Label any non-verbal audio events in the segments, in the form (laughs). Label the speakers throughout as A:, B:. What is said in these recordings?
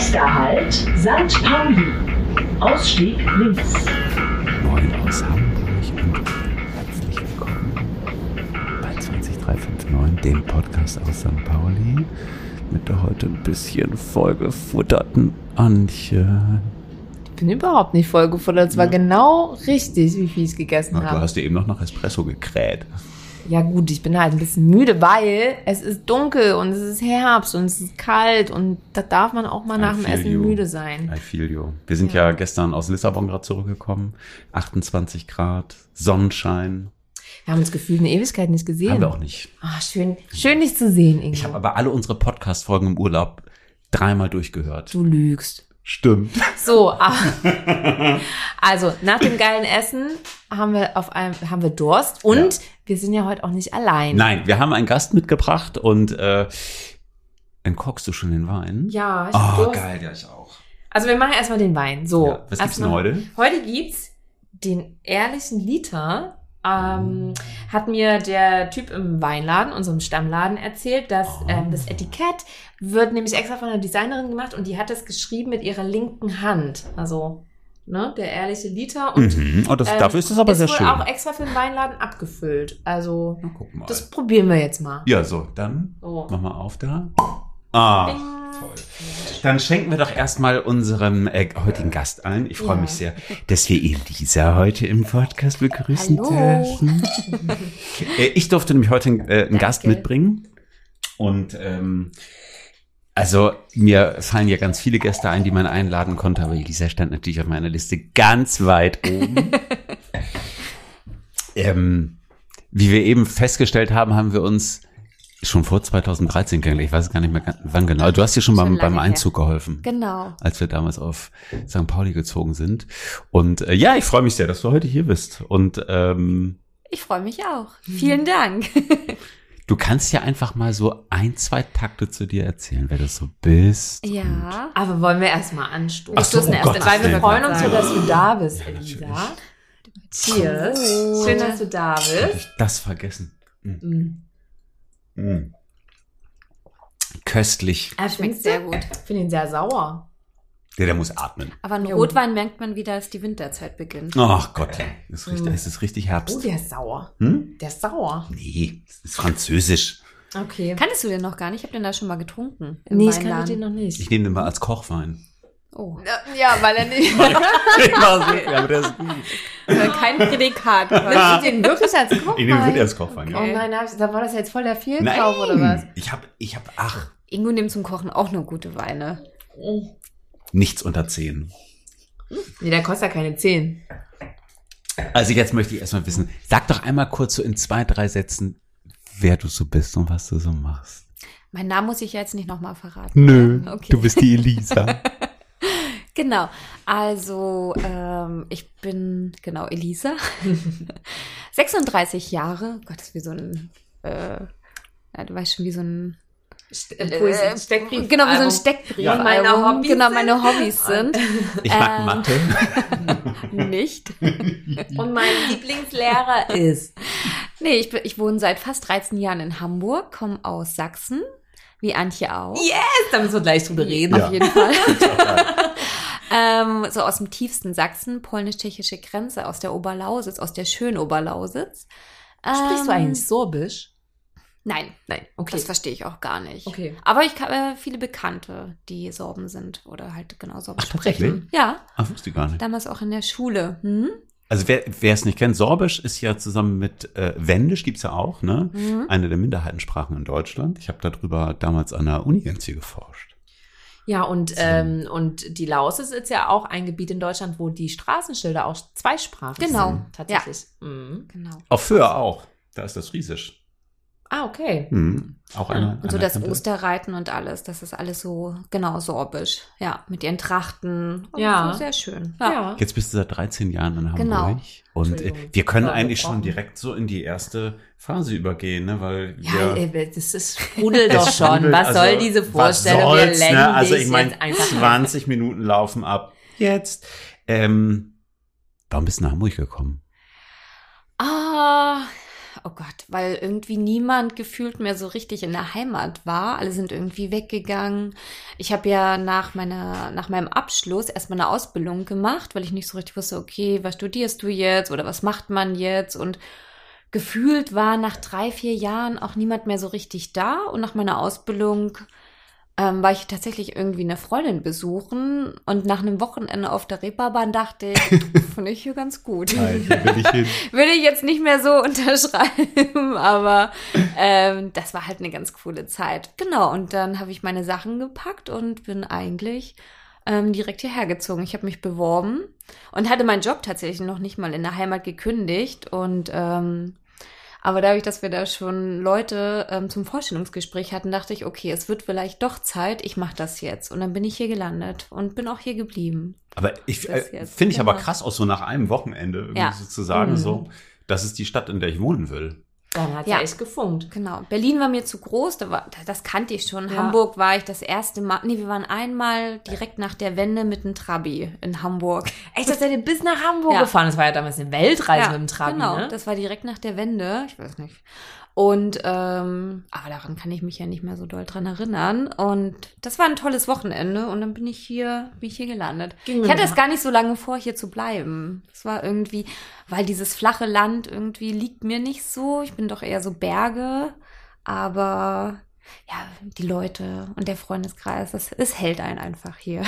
A: St. Halt, Pauli. Ausstieg links.
B: Moin aus Hamburg und herzlich willkommen bei 20359, dem Podcast aus St. Pauli, mit der heute ein bisschen vollgefutterten Antje.
C: Ich bin überhaupt nicht vollgefuttert. Es war genau richtig, wie viel ich gegessen
B: Na, du
C: habe.
B: hast dir eben noch nach Espresso gekräht.
C: Ja gut, ich bin halt ein bisschen müde, weil es ist dunkel und es ist Herbst und es ist kalt und da darf man auch mal nach dem
B: feel
C: Essen
B: you.
C: müde sein.
B: I feel you. Wir sind ja, gestern aus Lissabon gerade zurückgekommen. 28 Grad, Sonnenschein.
C: Wir haben uns gefühlt eine Ewigkeit nicht
B: Haben
C: gesehen.
B: wir auch nicht.
C: Ah, schön, schön dich zu sehen, Ingo.
B: Ich habe aber alle unsere Podcast-Folgen im Urlaub dreimal durchgehört.
C: du lügst.
B: Stimmt.
C: So,
B: (laughs)
C: ah. also nach dem geilen Essen haben wir auf einem haben wir Durst und wir sind ja heute auch nicht allein.
B: Nein, wir haben einen Gast mitgebracht und äh, entkorkst du schon den Wein?
C: Ja, ich hab
B: Oh,
C: Durst.
B: geil, ja, ich auch.
C: Also wir machen erstmal den Wein. So.
B: Ja, was gibt's denn
C: erstmal-
B: heute?
C: Heute gibt's den ehrlichen Liter. Ähm, hat mir der Typ im Weinladen, unserem Stammladen, erzählt, dass
B: Oh.
C: ähm, das Etikett wird nämlich extra von einer Designerin gemacht und die hat das geschrieben mit ihrer linken Hand. Also, ne, der ehrliche Liter. Und
B: Mhm. Oh, das,
C: ähm,
B: dafür ist das aber
C: ist
B: sehr
C: wohl
B: schön.
C: auch extra für den Weinladen abgefüllt. Also,
B: Na, guck mal.
C: das probieren wir jetzt mal.
B: ja, so, dann
C: So.
B: mach mal auf da. Ah,
C: Ding.
B: toll. Dann schenken wir doch erstmal unserem äh, heutigen Gast ein. Ich freue
C: Ja.
B: mich sehr, dass wir Elisa heute im Podcast begrüßen
C: Hallo.
B: dürfen. äh, ich durfte nämlich heute äh, einen Gast
C: Danke.
B: mitbringen. Und ähm, also mir fallen ja ganz viele Gäste ein, die man einladen konnte, aber Elisa stand natürlich auf meiner Liste ganz weit
C: (laughs)
B: oben. ähm, wie wir eben festgestellt haben, haben wir uns schon vor 2013 kennengelernt. Ich weiß gar nicht mehr ganz- wann genau. Du hast dir schon,
C: Schon
B: beim,
C: lange
B: beim
C: her.
B: Einzug geholfen
D: Genau.
B: als wir damals auf St. Pauli gezogen sind. Und äh, ja, ich freue mich sehr, dass du heute hier bist. Und ähm,
D: Ich freue mich auch.
C: Mhm.
D: Vielen Dank.
B: du kannst ja einfach mal so ein, zwei Takte zu dir erzählen, wer du so bist.
D: Ja.
C: Aber wollen wir erstmal anstoßen?
B: Ach so,
D: stoßen
B: oh
D: erst
B: Gott,
D: an,
C: Weil wir
D: Ja.
C: freuen uns so,
D: Ja.
C: dass du da bist,
B: natürlich.
C: Elisa. Cheers.
D: Oh.
C: Schön, dass du da
B: Hab
C: bist.
B: ich das vergessen.
C: Mm.
B: Mm. Köstlich.
C: Er
D: Schmeckt sehr gut.
C: Ich finde ihn sehr sauer.
B: Der, der muss atmen.
D: Aber an
C: Jo.
D: Rotwein merkt man wieder, dass die Winterzeit beginnt.
B: Ach Gott, es ist
C: Mm.
B: richtig, es ist richtig
C: Oh,
B: Herbst.
C: der ist sauer.
B: Hm?
C: Der ist sauer.
B: Nee, es ist französisch.
C: Okay.
D: Kanntest du den noch gar nicht? Ich habe den da schon mal getrunken. Im
C: nee, ich
D: Weinladen.
C: kannte den noch nicht.
B: Ich nehme den mal als Kochwein. (laughs)
D: Oh.
C: Äh, Ja, weil er
B: Ich
C: nicht. (laughs)
B: war so- ja, aber der ist gut.
D: Äh, Kein (laughs) Prädikat.
C: Nimmst du den wirklich (laughs) als Kochwein?
B: Ich nehme den als Kochwein,
C: Oh
B: ja.
D: Okay.
C: nein, da hab ich- da war das jetzt voll der Fehlkauf oder was?
B: Nein, ich habe, ich habe, ach,
D: Ingo nimmt zum Kochen auch nur gute Weine.
C: Oh.
B: nichts unter 10.
C: Nee, der kostet ja keine 10.
B: Also jetzt möchte ich erstmal wissen, sag doch einmal kurz so in zwei, drei Sätzen, wer du so bist und was du so machst.
D: Mein Name muss ich ja jetzt nicht nochmal verraten.
B: Nö,
D: (laughs) Okay.
B: du bist die Elisa.
D: Genau. Also, ähm, ich bin, genau, Elisa. (laughs) 36 Jahre. Gott, das ist wie so ein, äh, ja, du weißt schon, wie so ein
C: Äh, Steckbrief.
D: Genau, wie so ein
C: Steckbrief.
D: Steckbrief.
B: Ja.
D: Ja.
C: Meine Hobbys
D: genau, meine Hobbys sind.
B: (laughs)
C: (laughs)
B: Ich mag
D: Ähm.
B: Mathe.
D: Nicht.
C: Und mein Lieblingslehrer (laughs) ist.
D: Nee, ich, bin- ich wohne seit fast 13 Jahren in Hamburg, komme aus Sachsen, wie Antje auch.
C: Yes, da müssen wir gleich drüber reden.
B: Ja.
D: Auf jeden Fall. ähm, so aus dem tiefsten Sachsen, polnisch-tschechische Grenze, aus der Oberlausitz, aus der schönen Oberlausitz.
C: Sprichst du
D: Ähm,
C: eigentlich Sorbisch?
D: Nein,
C: Nein, okay.
D: das verstehe ich auch gar nicht.
C: Okay.
D: Aber ich habe äh, viele Bekannte, die Sorben sind oder halt genau Sorben
B: Ach, tatsächlich?
D: sprechen. Ja,
B: Ach, wusste ich gar nicht.
D: damals auch in der Schule. Hm?
B: Also wer wer es nicht kennt, Sorbisch ist ja zusammen mit äh, Wendisch, gibt's ja auch, ne?
D: Mhm.
B: Eine der Minderheitensprachen in Deutschland. Ich habe darüber damals an der Uni ganz viel geforscht.
C: Ja, und, ähm, und die Lausitz ist ja auch ein Gebiet in Deutschland, wo die Straßenschilder auch zweisprachig
D: Genau,
C: sind. Tatsächlich. Mhm.
D: Genau.
B: Auf Föhr auch. Da ist das Riesisch.
C: Ah, okay.
B: Hm. Auch eine.
D: Und so das
B: anerkannte-
D: Osterreiten und alles, das ist alles so, genau, sorbisch. Ja, mit ihren Trachten. Und
C: Ja.
D: So sehr schön.
C: Ja.
B: Jetzt bist du seit 13 Jahren in Hamburg.
D: Genau.
B: Und äh,
C: Entschuldigung.
B: wir können
C: Ja,
B: eigentlich
C: gebrochen.
B: schon direkt so in die erste Phase übergehen, ne? Weil
C: Ja,
B: wir,
C: ey, das ist sprudel
B: Das
C: doch schon.
B: sprudelt,
C: Was
B: also,
C: soll diese
B: was
C: Vorstellung?
B: soll's,
C: Wir
B: ne?
C: lenken
B: Also
C: dich
B: ich meine,
C: jetzt einfach ab.
B: 20 Minuten laufen ab. Jetzt. Ähm, warum bist du nach Hamburg gekommen?
D: Ah, oh Gott, weil irgendwie niemand gefühlt mehr so richtig in der Heimat war. Alle sind irgendwie weggegangen. Ich habe ja nach meiner, nach meinem Abschluss erstmal eine Ausbildung gemacht, weil ich nicht so richtig wusste, okay, was studierst du jetzt oder was macht man jetzt? Und gefühlt war nach drei, vier Jahren auch niemand mehr so richtig da. Und nach meiner Ausbildung ähm, war ich tatsächlich irgendwie eine Freundin besuchen und nach einem Wochenende auf der Reeperbahn dachte ich, finde ich hier ganz gut.
E: Nein, hier will ich hin.
C: (laughs)
D: Würde ich jetzt nicht mehr so (laughs) unterschreiben, aber ähm, das war halt eine ganz coole Zeit. Genau, und dann habe ich meine Sachen gepackt und bin eigentlich ähm, direkt hierher gezogen. Ich habe mich beworben und hatte meinen Job tatsächlich noch nicht mal in der Heimat gekündigt und ähm, aber dadurch, dass wir da schon Leute ähm, zum Vorstellungsgespräch hatten, dachte ich, okay, es wird vielleicht doch Zeit, ich mache das jetzt. Und dann bin ich hier gelandet und bin auch hier geblieben.
B: Aber ich
D: Das
B: äh,
D: jetzt,
B: finde ich aber
D: genau.
B: krass, auch so nach einem Wochenende irgendwie
D: Ja.
B: sozusagen
C: Mhm.
B: so, das ist die Stadt, in der ich wohnen will.
C: (laughs) Dann hat
D: Ja.
C: ja. echt gefunkt.
D: Genau. Berlin war mir zu groß, da war, das kannte ich schon.
C: Ja.
D: Hamburg war ich das erste Mal. Nee, wir waren einmal direkt nach der Wende mit einem Trabi in Hamburg.
C: Echt, das seid ihr bis nach Hamburg
D: Ja.
C: gefahren. Das war ja damals eine Weltreise mit dem Trabi,
D: Genau,
C: ne?
D: das war direkt nach der Wende. Ich weiß nicht. Und, ähm, aber daran kann ich mich ja nicht mehr so doll dran erinnern. Und das war ein tolles Wochenende und dann bin ich hier, bin ich hier gelandet.
C: Ging
D: ich
C: mir
D: hatte es
C: nach-
D: gar nicht so lange vor, hier zu bleiben. Es war irgendwie, weil dieses flache Land irgendwie liegt mir nicht so. Ich bin doch eher so Berge, aber ja, die Leute und der Freundeskreis, das, es hält einen einfach hier.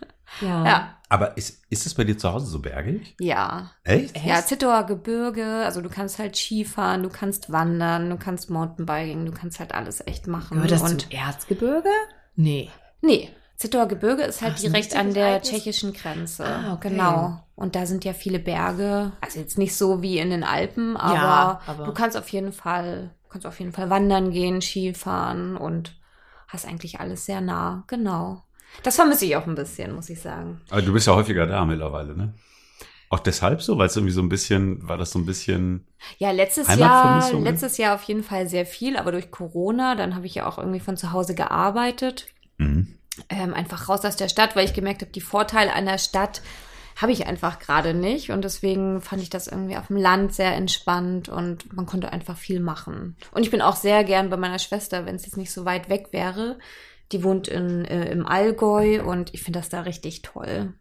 D: (laughs)
C: ja.
D: ja.
B: Aber ist, ist es bei dir zu Hause so bergig?
D: Ja.
B: Echt?
D: Ja, Zittauer Gebirge, also du kannst halt Skifahren, du kannst wandern, du kannst Mountainbiking, du kannst halt alles echt machen.
C: Gehört das
D: und
C: zum Erzgebirge? Nee.
D: nee, Zittauer Gebirge ist halt
C: Ach, so ein
D: direkt an
C: richtiges
D: der
C: altes-
D: tschechischen Grenze.
C: Ah, okay.
D: Genau. Und da sind ja viele Berge, also jetzt nicht so wie in den Alpen, aber,
C: aber-
D: du kannst auf jeden Fall, kannst auf jeden Fall wandern gehen, Skifahren und hast eigentlich alles sehr nah. Genau. Das vermisse ich auch ein bisschen, muss ich sagen.
B: Aber du bist ja häufiger da mittlerweile, ne? Auch deshalb so, weil es irgendwie so ein bisschen, war das so ein bisschen,
D: Ja, letztes Jahr,
B: Heimatvermissung, ne?
D: letztes Jahr auf jeden Fall sehr viel, aber durch Corona, dann habe ich ja auch irgendwie von zu Hause gearbeitet.
B: mhm.
D: Ähm, einfach raus aus der Stadt, weil ich gemerkt habe, die Vorteile einer Stadt habe ich einfach gerade nicht. Und deswegen fand ich das irgendwie auf dem Land sehr entspannt und man konnte einfach viel machen. Und ich bin auch sehr gern bei meiner Schwester, wenn es jetzt nicht so weit weg wäre. Die wohnt in, äh, im Allgäu und ich finde das da richtig toll.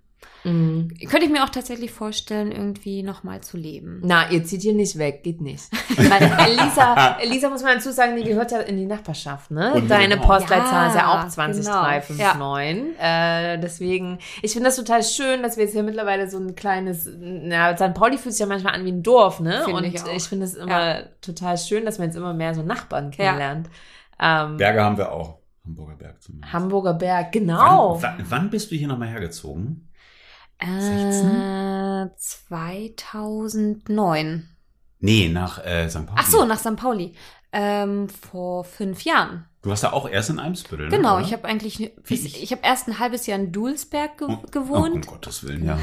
C: Mhm.
D: Könnte ich mir auch tatsächlich vorstellen, irgendwie nochmal zu leben.
C: (laughs) Na, ihr zieht hier nicht weg, geht nicht. Weil Also,
B: (laughs)
C: Elisa, Elisa muss man dazu sagen, die gehört ja in die Nachbarschaft, ne?
B: Unbedingt.
C: Deine Postleitzahl ist ja
D: Ja,
C: auch 20
D: genau.
C: 359. Äh, deswegen, ich finde das total schön, dass wir jetzt hier mittlerweile so ein kleines, na, St. Pauli fühlt sich ja manchmal an wie ein Dorf, ne?
D: Finde
C: Und
D: ich auch.
C: ich finde es immer total schön, dass man jetzt immer mehr so Nachbarn kennenlernt. Ähm,
B: Berge haben wir auch. Hamburger Berg zumindest.
C: Hamburger Berg, genau.
B: wann, wann, wann bist du hier nochmal hergezogen?
D: Äh, 2009.
B: Nee, nach äh, St. Pauli.
D: Ach so, nach St. Pauli. Ähm, vor fünf Jahren.
B: Du warst ja auch erst in Eimsbüttel, ne?
D: Genau,
B: oder?
D: ich habe eigentlich,
B: Wie
D: bis,
B: ich.
D: ich habe erst ein halbes Jahr in Dulsberg ge
B: Oh, um
D: gewohnt.
B: Gottes Willen, ja.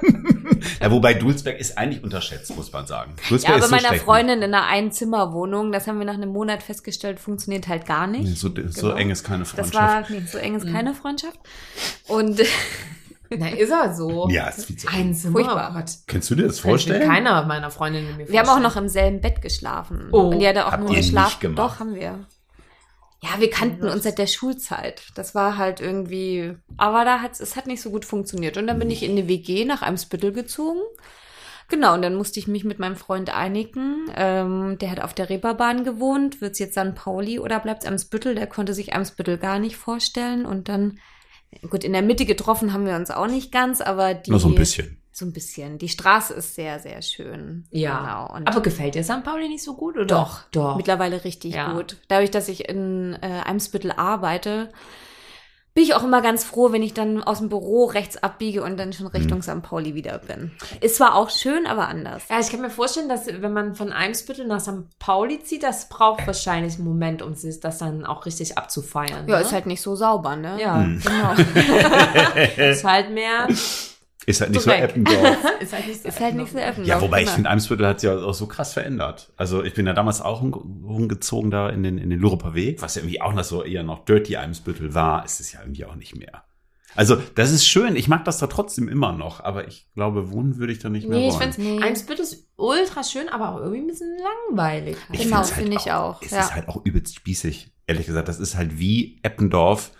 B: (laughs) ja. Wobei Dulsberg ist eigentlich unterschätzt, muss man sagen. Dulsberg
D: ja,
B: ist
D: aber
B: so
D: meiner
B: schlecht. ne?
D: Freundin in einer Einzimmerwohnung, das haben wir nach einem Monat festgestellt, funktioniert halt gar
B: Nee,
D: nicht.
B: so, so
D: Genau.
B: eng ist keine
D: das
B: Freundschaft. Mhm.
D: war, nee, so eng ist keine Freundschaft. Und (laughs)
C: Na, ist er so.
B: ja, ist viel zu eng.
C: Ein Zimmer.
D: Furchtbar.
C: Oh Gott.
B: Kannst du dir das
C: Könnte
B: vorstellen?
C: Keiner meiner Freundinnen mir
D: wir haben auch
C: vorstellen.
D: noch im selben Bett geschlafen.
C: Oh.
D: Und die hat auch
B: Habt
D: nur
B: ihr nicht
D: geschlafen.
B: gemacht?
D: Doch, haben wir. Ja, wir kannten uns seit der Schulzeit. Das war halt irgendwie, aber da hat's, es hat nicht so gut funktioniert. Und dann bin ich in eine WG nach Eimsbüttel gezogen. Genau, und dann musste ich mich mit meinem Freund einigen. Ähm, der hat auf der Reeperbahn gewohnt. Wird's jetzt St. Pauli oder bleibt's Eimsbüttel? Der konnte sich Eimsbüttel gar nicht vorstellen. Und dann, gut, in der Mitte getroffen haben wir uns auch nicht ganz, aber die.
B: Nur so ein bisschen.
D: So ein bisschen. Die Straße ist sehr, sehr schön.
C: Ja.
D: Genau. Und
C: Aber gefällt dir St. Pauli nicht so gut, oder?
D: Doch,
C: doch.
D: mittlerweile richtig
C: Ja.
D: gut. Dadurch, dass ich in äh, Eimsbüttel arbeite, bin ich auch immer ganz froh, wenn ich dann aus dem Büro rechts abbiege und dann
B: Mhm.
D: schon Richtung St. Pauli wieder bin. Ist zwar auch schön, aber anders.
C: Ja, ich kann mir vorstellen, dass wenn man von Eimsbüttel nach St. Pauli zieht, das braucht wahrscheinlich einen Moment, um sich das dann auch richtig abzufeiern.
D: Ja,
C: ne?
D: ist halt nicht so sauber, ne?
C: Ja,
B: Hm.
C: (laughs)
D: Genau.
C: ist halt mehr. (laughs)
B: Ist
C: Ist
B: halt nicht
C: Direkt.
B: so Eppendorf.
C: halt nicht so.
D: ist halt nicht so öffentlich.
B: Ja, wobei ich finde, Eimsbüttel hat sich ja auch so krass verändert. Also ich bin ja damals auch hum- rumgezogen da in den, in den Lureper Weg, was ja irgendwie auch noch so eher noch Dirty Eimsbüttel war, ist es ja irgendwie auch nicht mehr. Also das ist schön, ich mag das da trotzdem immer noch, aber ich glaube, wohnen würde ich da nicht mehr
C: Nee, ich
B: wollen.
C: finde,
D: Nee.
C: Eimsbüttel ist ultra schön, aber auch irgendwie ein bisschen langweilig.
B: Ich
D: Genau,
B: find's halt
D: finde ich auch,
B: Es
D: ja.
B: ist halt auch übelst spießig, ehrlich gesagt. Das ist halt wie Eppendorf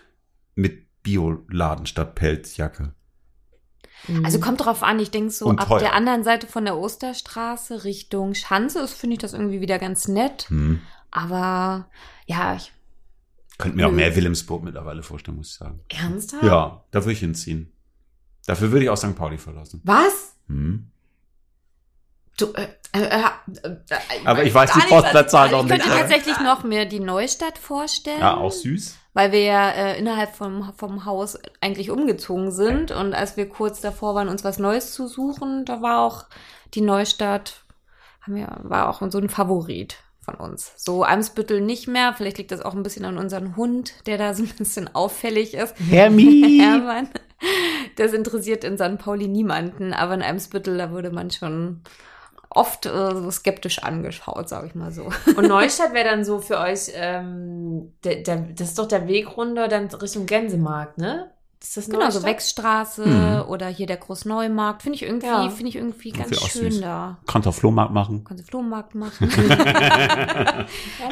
B: mit Bioladen statt Pelzjacke.
C: Mhm.
D: Also kommt drauf an, ich denke so
B: Und
D: ab
B: teuer.
D: der anderen Seite von der Osterstraße Richtung Schanze ist, finde ich das irgendwie wieder ganz nett.
B: Hm.
D: Aber ja, ich,
B: Könnte mir auch mehr Wilhelmsburg mittlerweile vorstellen, muss ich sagen.
C: ernsthaft?
B: Ja, da würde ich hinziehen. Dafür würde ich auch St. Pauli verlassen.
C: Was?
B: Hm.
C: Du, äh, äh, äh, äh,
B: Aber ich weiß die
C: gar nicht, was- (laughs)
B: Postleitzahl
C: also
B: noch
C: ich
D: ich
B: nicht.
D: könnte tatsächlich noch mir die Neustadt vorstellen,
B: Ja, auch süß.
D: weil wir ja äh, innerhalb vom, vom Haus eigentlich umgezogen sind und als wir kurz davor waren, uns was Neues zu suchen, da war auch die Neustadt, haben wir, war auch so ein Favorit von uns. So Eimsbüttel nicht mehr, vielleicht liegt das auch ein bisschen an unserem Hund, der da so ein bisschen (laughs) auffällig ist. (laughs) Ja,
E: Hermie!
D: Mann. Das interessiert in St. Pauli niemanden, aber in Eimsbüttel, da wurde man schon oft äh, so skeptisch angeschaut, sag ich mal so.
C: Und Neustadt wäre dann so für euch, ähm, der, der, das ist doch der Weg runter dann Richtung Gänsemarkt, ne? Ist das
D: Genau, so
C: Neustadt?
D: Wechsstraße
B: Mhm.
D: oder hier der Großneumarkt. Finde ich irgendwie,
C: Ja.
D: finde ich irgendwie
B: Irgendwie
D: ganz
B: auch
D: schön
B: süß.
D: da.
B: Kannst auch Flohmarkt machen.
D: Kannst du Flohmarkt machen.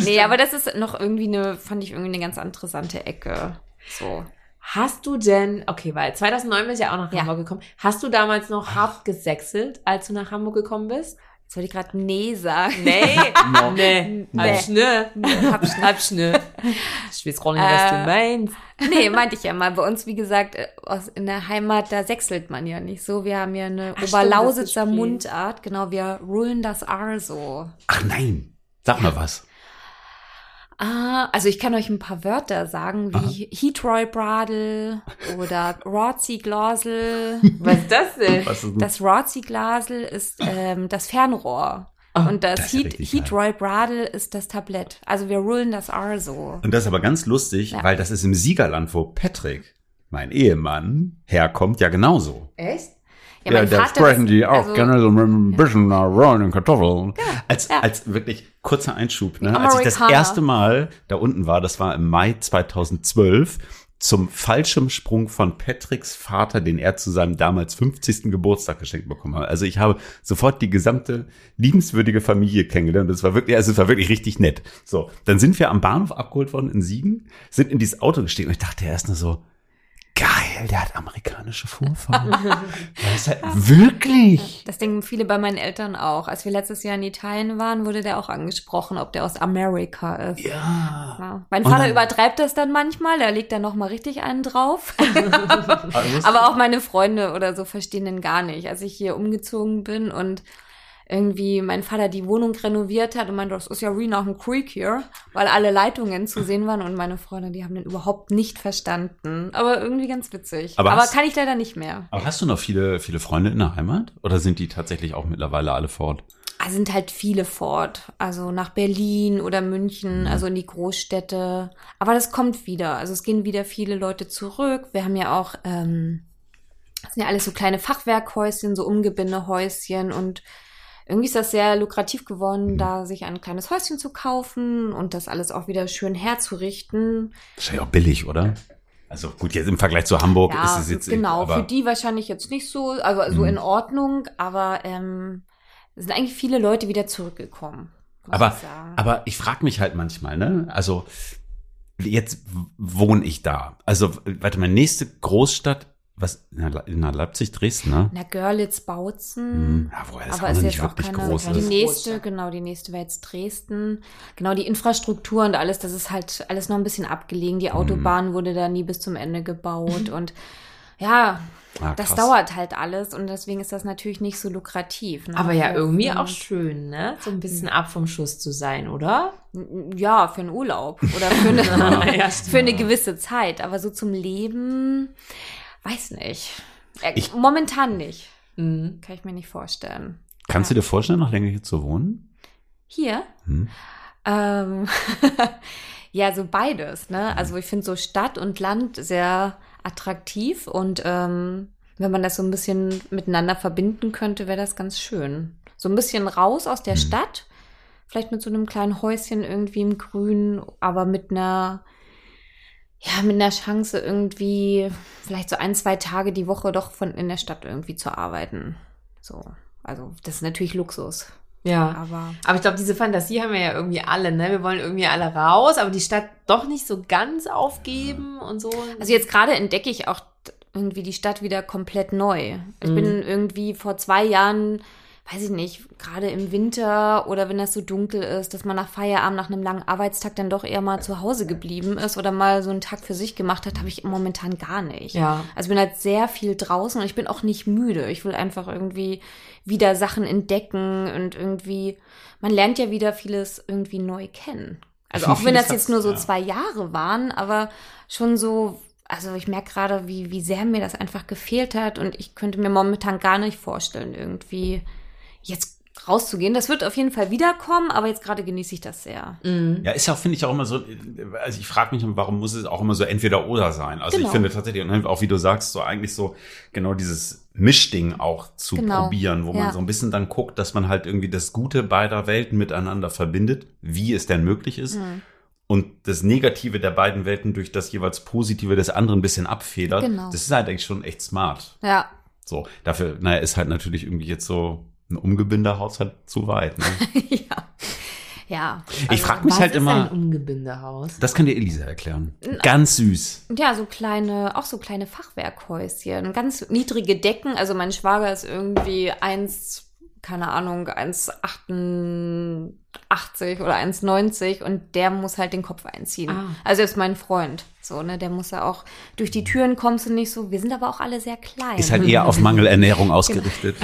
D: nee, aber das ist noch irgendwie eine, fand ich irgendwie eine ganz interessante Ecke. So.
C: Hast du denn, okay, weil 2009 bist du ja auch nach
D: Ja.
C: Hamburg gekommen. Hast du damals noch hart gesächselt, als du nach Hamburg gekommen bist?
D: Jetzt wollte ich gerade Nee sagen.
C: Nee, nee,
D: (laughs) Nee.
C: halb Schnee.
D: Hab schon
C: Halb Schnee. (laughs) Ich weiß gar nicht, was du
D: Äh.
C: meinst.
D: Nee, meinte ich ja mal. Bei uns, wie gesagt, äh, aus, in der Heimat, da sächselt man ja nicht so. Wir haben ja eine
C: Ach,
D: Oberlausitzer
C: stimmt, das ist
D: Mundart. Genau, wir rollen das R so.
B: Ach nein, sag mal was.
D: Ah, also ich kann euch ein paar Wörter sagen, wie Heatroy Bradel oder Rotzi Glasel.
C: Was ist das denn?
B: Was ist
D: Das Rotzi Glasel ist ähm, das Fernrohr. Und das,
B: das ist ja
D: Heat,
B: richtig
D: Heatroy Bradel ist das Tablett. Also wir rollen das R so.
B: Und das ist aber ganz lustig,
D: Ja.
B: weil das ist im Siegerland, wo Patrick, mein Ehemann, herkommt, ja genauso.
C: Echt?
D: mein Vater ist- also- Genau,
B: so mit ein bisschen nach rohen Kartoffeln. Als,
D: Ja.
B: als wirklich kurzer Einschub, ne? Als ich das
D: Amerikaner.
B: erste Mal da unten war, das war im Mai 2012, zum Fallschirmsprung von Patricks Vater, den er zu seinem damals 50. Geburtstag geschenkt bekommen hat. Also ich habe sofort die gesamte liebenswürdige Familie kennengelernt. Das war wirklich, also es war wirklich richtig nett. So, dann sind wir am Bahnhof abgeholt worden in Siegen, sind in dieses Auto gestiegen und ich dachte erst nur so, geil, der hat amerikanische
D: (laughs)
B: Vorfahren. Weißt du, halt wirklich?
D: Das denken viele bei meinen Eltern auch. Als wir letztes Jahr in Italien waren, wurde der auch angesprochen, ob der aus Amerika ist.
B: Ja.
D: Ja. Mein
B: Und
D: Vater
B: dann-
D: übertreibt das dann manchmal, da legt er noch mal richtig
B: (laughs)
D: einen drauf.
B: Also
D: Aber auch meine Freunde oder so verstehen den gar nicht. Als ich hier umgezogen bin und irgendwie mein Vater die Wohnung renoviert hat und meinte, das ist ja wie nach dem Creek hier, weil alle Leitungen zu sehen waren und meine Freunde, die haben den überhaupt nicht verstanden. Aber irgendwie ganz witzig.
B: Aber
D: Aber,
B: hast-
D: kann ich leider nicht mehr.
B: Aber hast du noch viele, viele Freunde in der Heimat? Oder sind die tatsächlich auch mittlerweile alle fort?
D: Da sind halt viele fort. Also nach Berlin oder
B: Mhm.
D: München, also in die Großstädte. Aber das kommt wieder. Also es gehen wieder viele Leute zurück. Wir haben ja auch, ähm, das sind ja alles so kleine Fachwerkhäuschen, so Umgebindehäuschen und irgendwie ist das sehr lukrativ
B: Mhm.
D: geworden, da sich ein kleines Häuschen zu kaufen und das alles auch wieder schön herzurichten.
B: Wahrscheinlich auch billig, oder? Also gut, jetzt im Vergleich zu Hamburg
D: Ja,
B: ist es jetzt.
D: genau.
B: aber
D: Für die wahrscheinlich jetzt nicht so, also so
B: Mhm.
D: in Ordnung, aber ähm, es sind eigentlich viele Leute wieder zurückgekommen. muss
B: Aber-
D: ich sagen.
B: Aber ich frage mich halt manchmal, ne? Also jetzt w- wohne ich da. Also warte mal, nächste Großstadt, was? Na, Le- na Leipzig, Dresden, ne?
D: Na, Görlitz, Bautzen.
B: Hm, ja, wobei das
D: Mhm. Aber
B: auch noch
D: ist
B: nicht
D: jetzt auch
B: wirklich
D: keine,
B: groß ne?
D: die
B: ist.
D: nächste, genau, die nächste wäre jetzt Dresden. Genau, die Infrastruktur und alles, das ist halt alles noch ein bisschen abgelegen.
B: Hm.
D: Die Autobahn wurde da nie bis zum
B: (laughs)
D: Ende gebaut und ja,
B: Ah,
D: das
B: krass.
D: dauert halt alles und deswegen ist das natürlich nicht so lukrativ. Ne?
C: Aber Ah, ja,
D: Für-
C: irgendwie
D: für-
C: auch schön, ne? So ein bisschen ab vom Schuss zu sein, oder?
D: (laughs) Ja, für einen Urlaub oder für
B: (laughs)
D: eine, (laughs)
C: Ja, stimmt.
D: für eine gewisse Zeit. Aber so zum Leben, weiß nicht. Äh,
B: Ich-
D: Momentan nicht.
C: Mhm.
D: Kann ich mir nicht vorstellen.
B: Kannst du dir vorstellen, noch länger hier zu wohnen?
D: Hier?
B: Hm?
D: Ähm, (laughs) ja, so beides. Ne? Also ich finde so Stadt und Land sehr attraktiv und ähm, wenn man das so ein bisschen miteinander verbinden könnte, wäre das ganz schön. So ein bisschen raus aus der
B: Mhm.
D: Stadt, vielleicht mit so einem kleinen Häuschen irgendwie im Grün, aber mit einer ja, mit einer Chance irgendwie vielleicht so ein, zwei Tage die Woche doch von in der Stadt irgendwie zu arbeiten. So. Also, das ist natürlich Luxus.
C: Ja.
D: Aber
C: Aber ich glaube, diese Fantasie haben wir ja irgendwie alle, ne? Wir wollen irgendwie alle raus, aber die Stadt doch nicht so ganz aufgeben und so.
D: also jetzt gerade entdecke ich auch t- irgendwie die Stadt wieder komplett neu. Ich
C: Mhm.
D: bin irgendwie vor zwei Jahren, weiß ich nicht, gerade im Winter oder wenn das so dunkel ist, dass man nach Feierabend, nach einem langen Arbeitstag dann doch eher mal zu Hause geblieben ist oder mal so einen Tag für sich gemacht hat, habe ich momentan gar nicht.
C: ja.
D: Also ich bin halt sehr viel draußen und ich bin auch nicht müde. Ich will einfach irgendwie wieder Sachen entdecken und irgendwie, man lernt ja wieder vieles irgendwie neu kennen. Also auch wenn das jetzt nur so
B: Ja.
D: zwei Jahre waren, aber schon so, also ich merke gerade, wie, wie sehr mir das einfach gefehlt hat und ich könnte mir momentan gar nicht vorstellen, irgendwie jetzt rauszugehen. Das wird auf jeden Fall wiederkommen, aber jetzt gerade genieße ich das sehr.
C: Mhm.
B: Ja, ist ja, auch, finde ich, auch immer so, also ich frage mich, warum muss es auch immer so entweder oder sein? Also
D: Genau.
B: ich finde tatsächlich, und auch wie du sagst, so eigentlich so genau dieses Mischding auch zu
D: Genau.
B: probieren, wo
D: Ja.
B: man so ein bisschen dann guckt, dass man halt irgendwie das Gute beider Welten miteinander verbindet, wie es denn möglich ist.
D: Hm.
B: Und das Negative der beiden Welten durch das jeweils Positive des anderen ein bisschen abfedert.
D: Genau.
B: Das ist halt eigentlich schon echt smart.
D: Ja, (laughs)
B: So, dafür, naja, ist halt natürlich irgendwie jetzt so ein Umgebindehaus halt zu weit.
D: (laughs)
B: Ne?
D: ja. Ja.
B: ich frage mich
C: Was
B: halt
C: ist
B: immer.
C: ein Umgebindehaus?
B: Das kann dir Elisa erklären. Ganz süß.
D: Ja, so kleine, auch so kleine Fachwerkhäuschen. Ganz niedrige Decken. Also mein Schwager ist irgendwie eins, keine Ahnung, 1,88 oder 1,90 und der muss halt den Kopf einziehen.
C: Ah.
D: Also selbst mein Freund. So, ne, der muss ja auch, durch die Türen kommst du nicht so. Wir sind aber auch alle sehr klein.
B: Ist halt eher auf Mangelernährung ausgerichtet.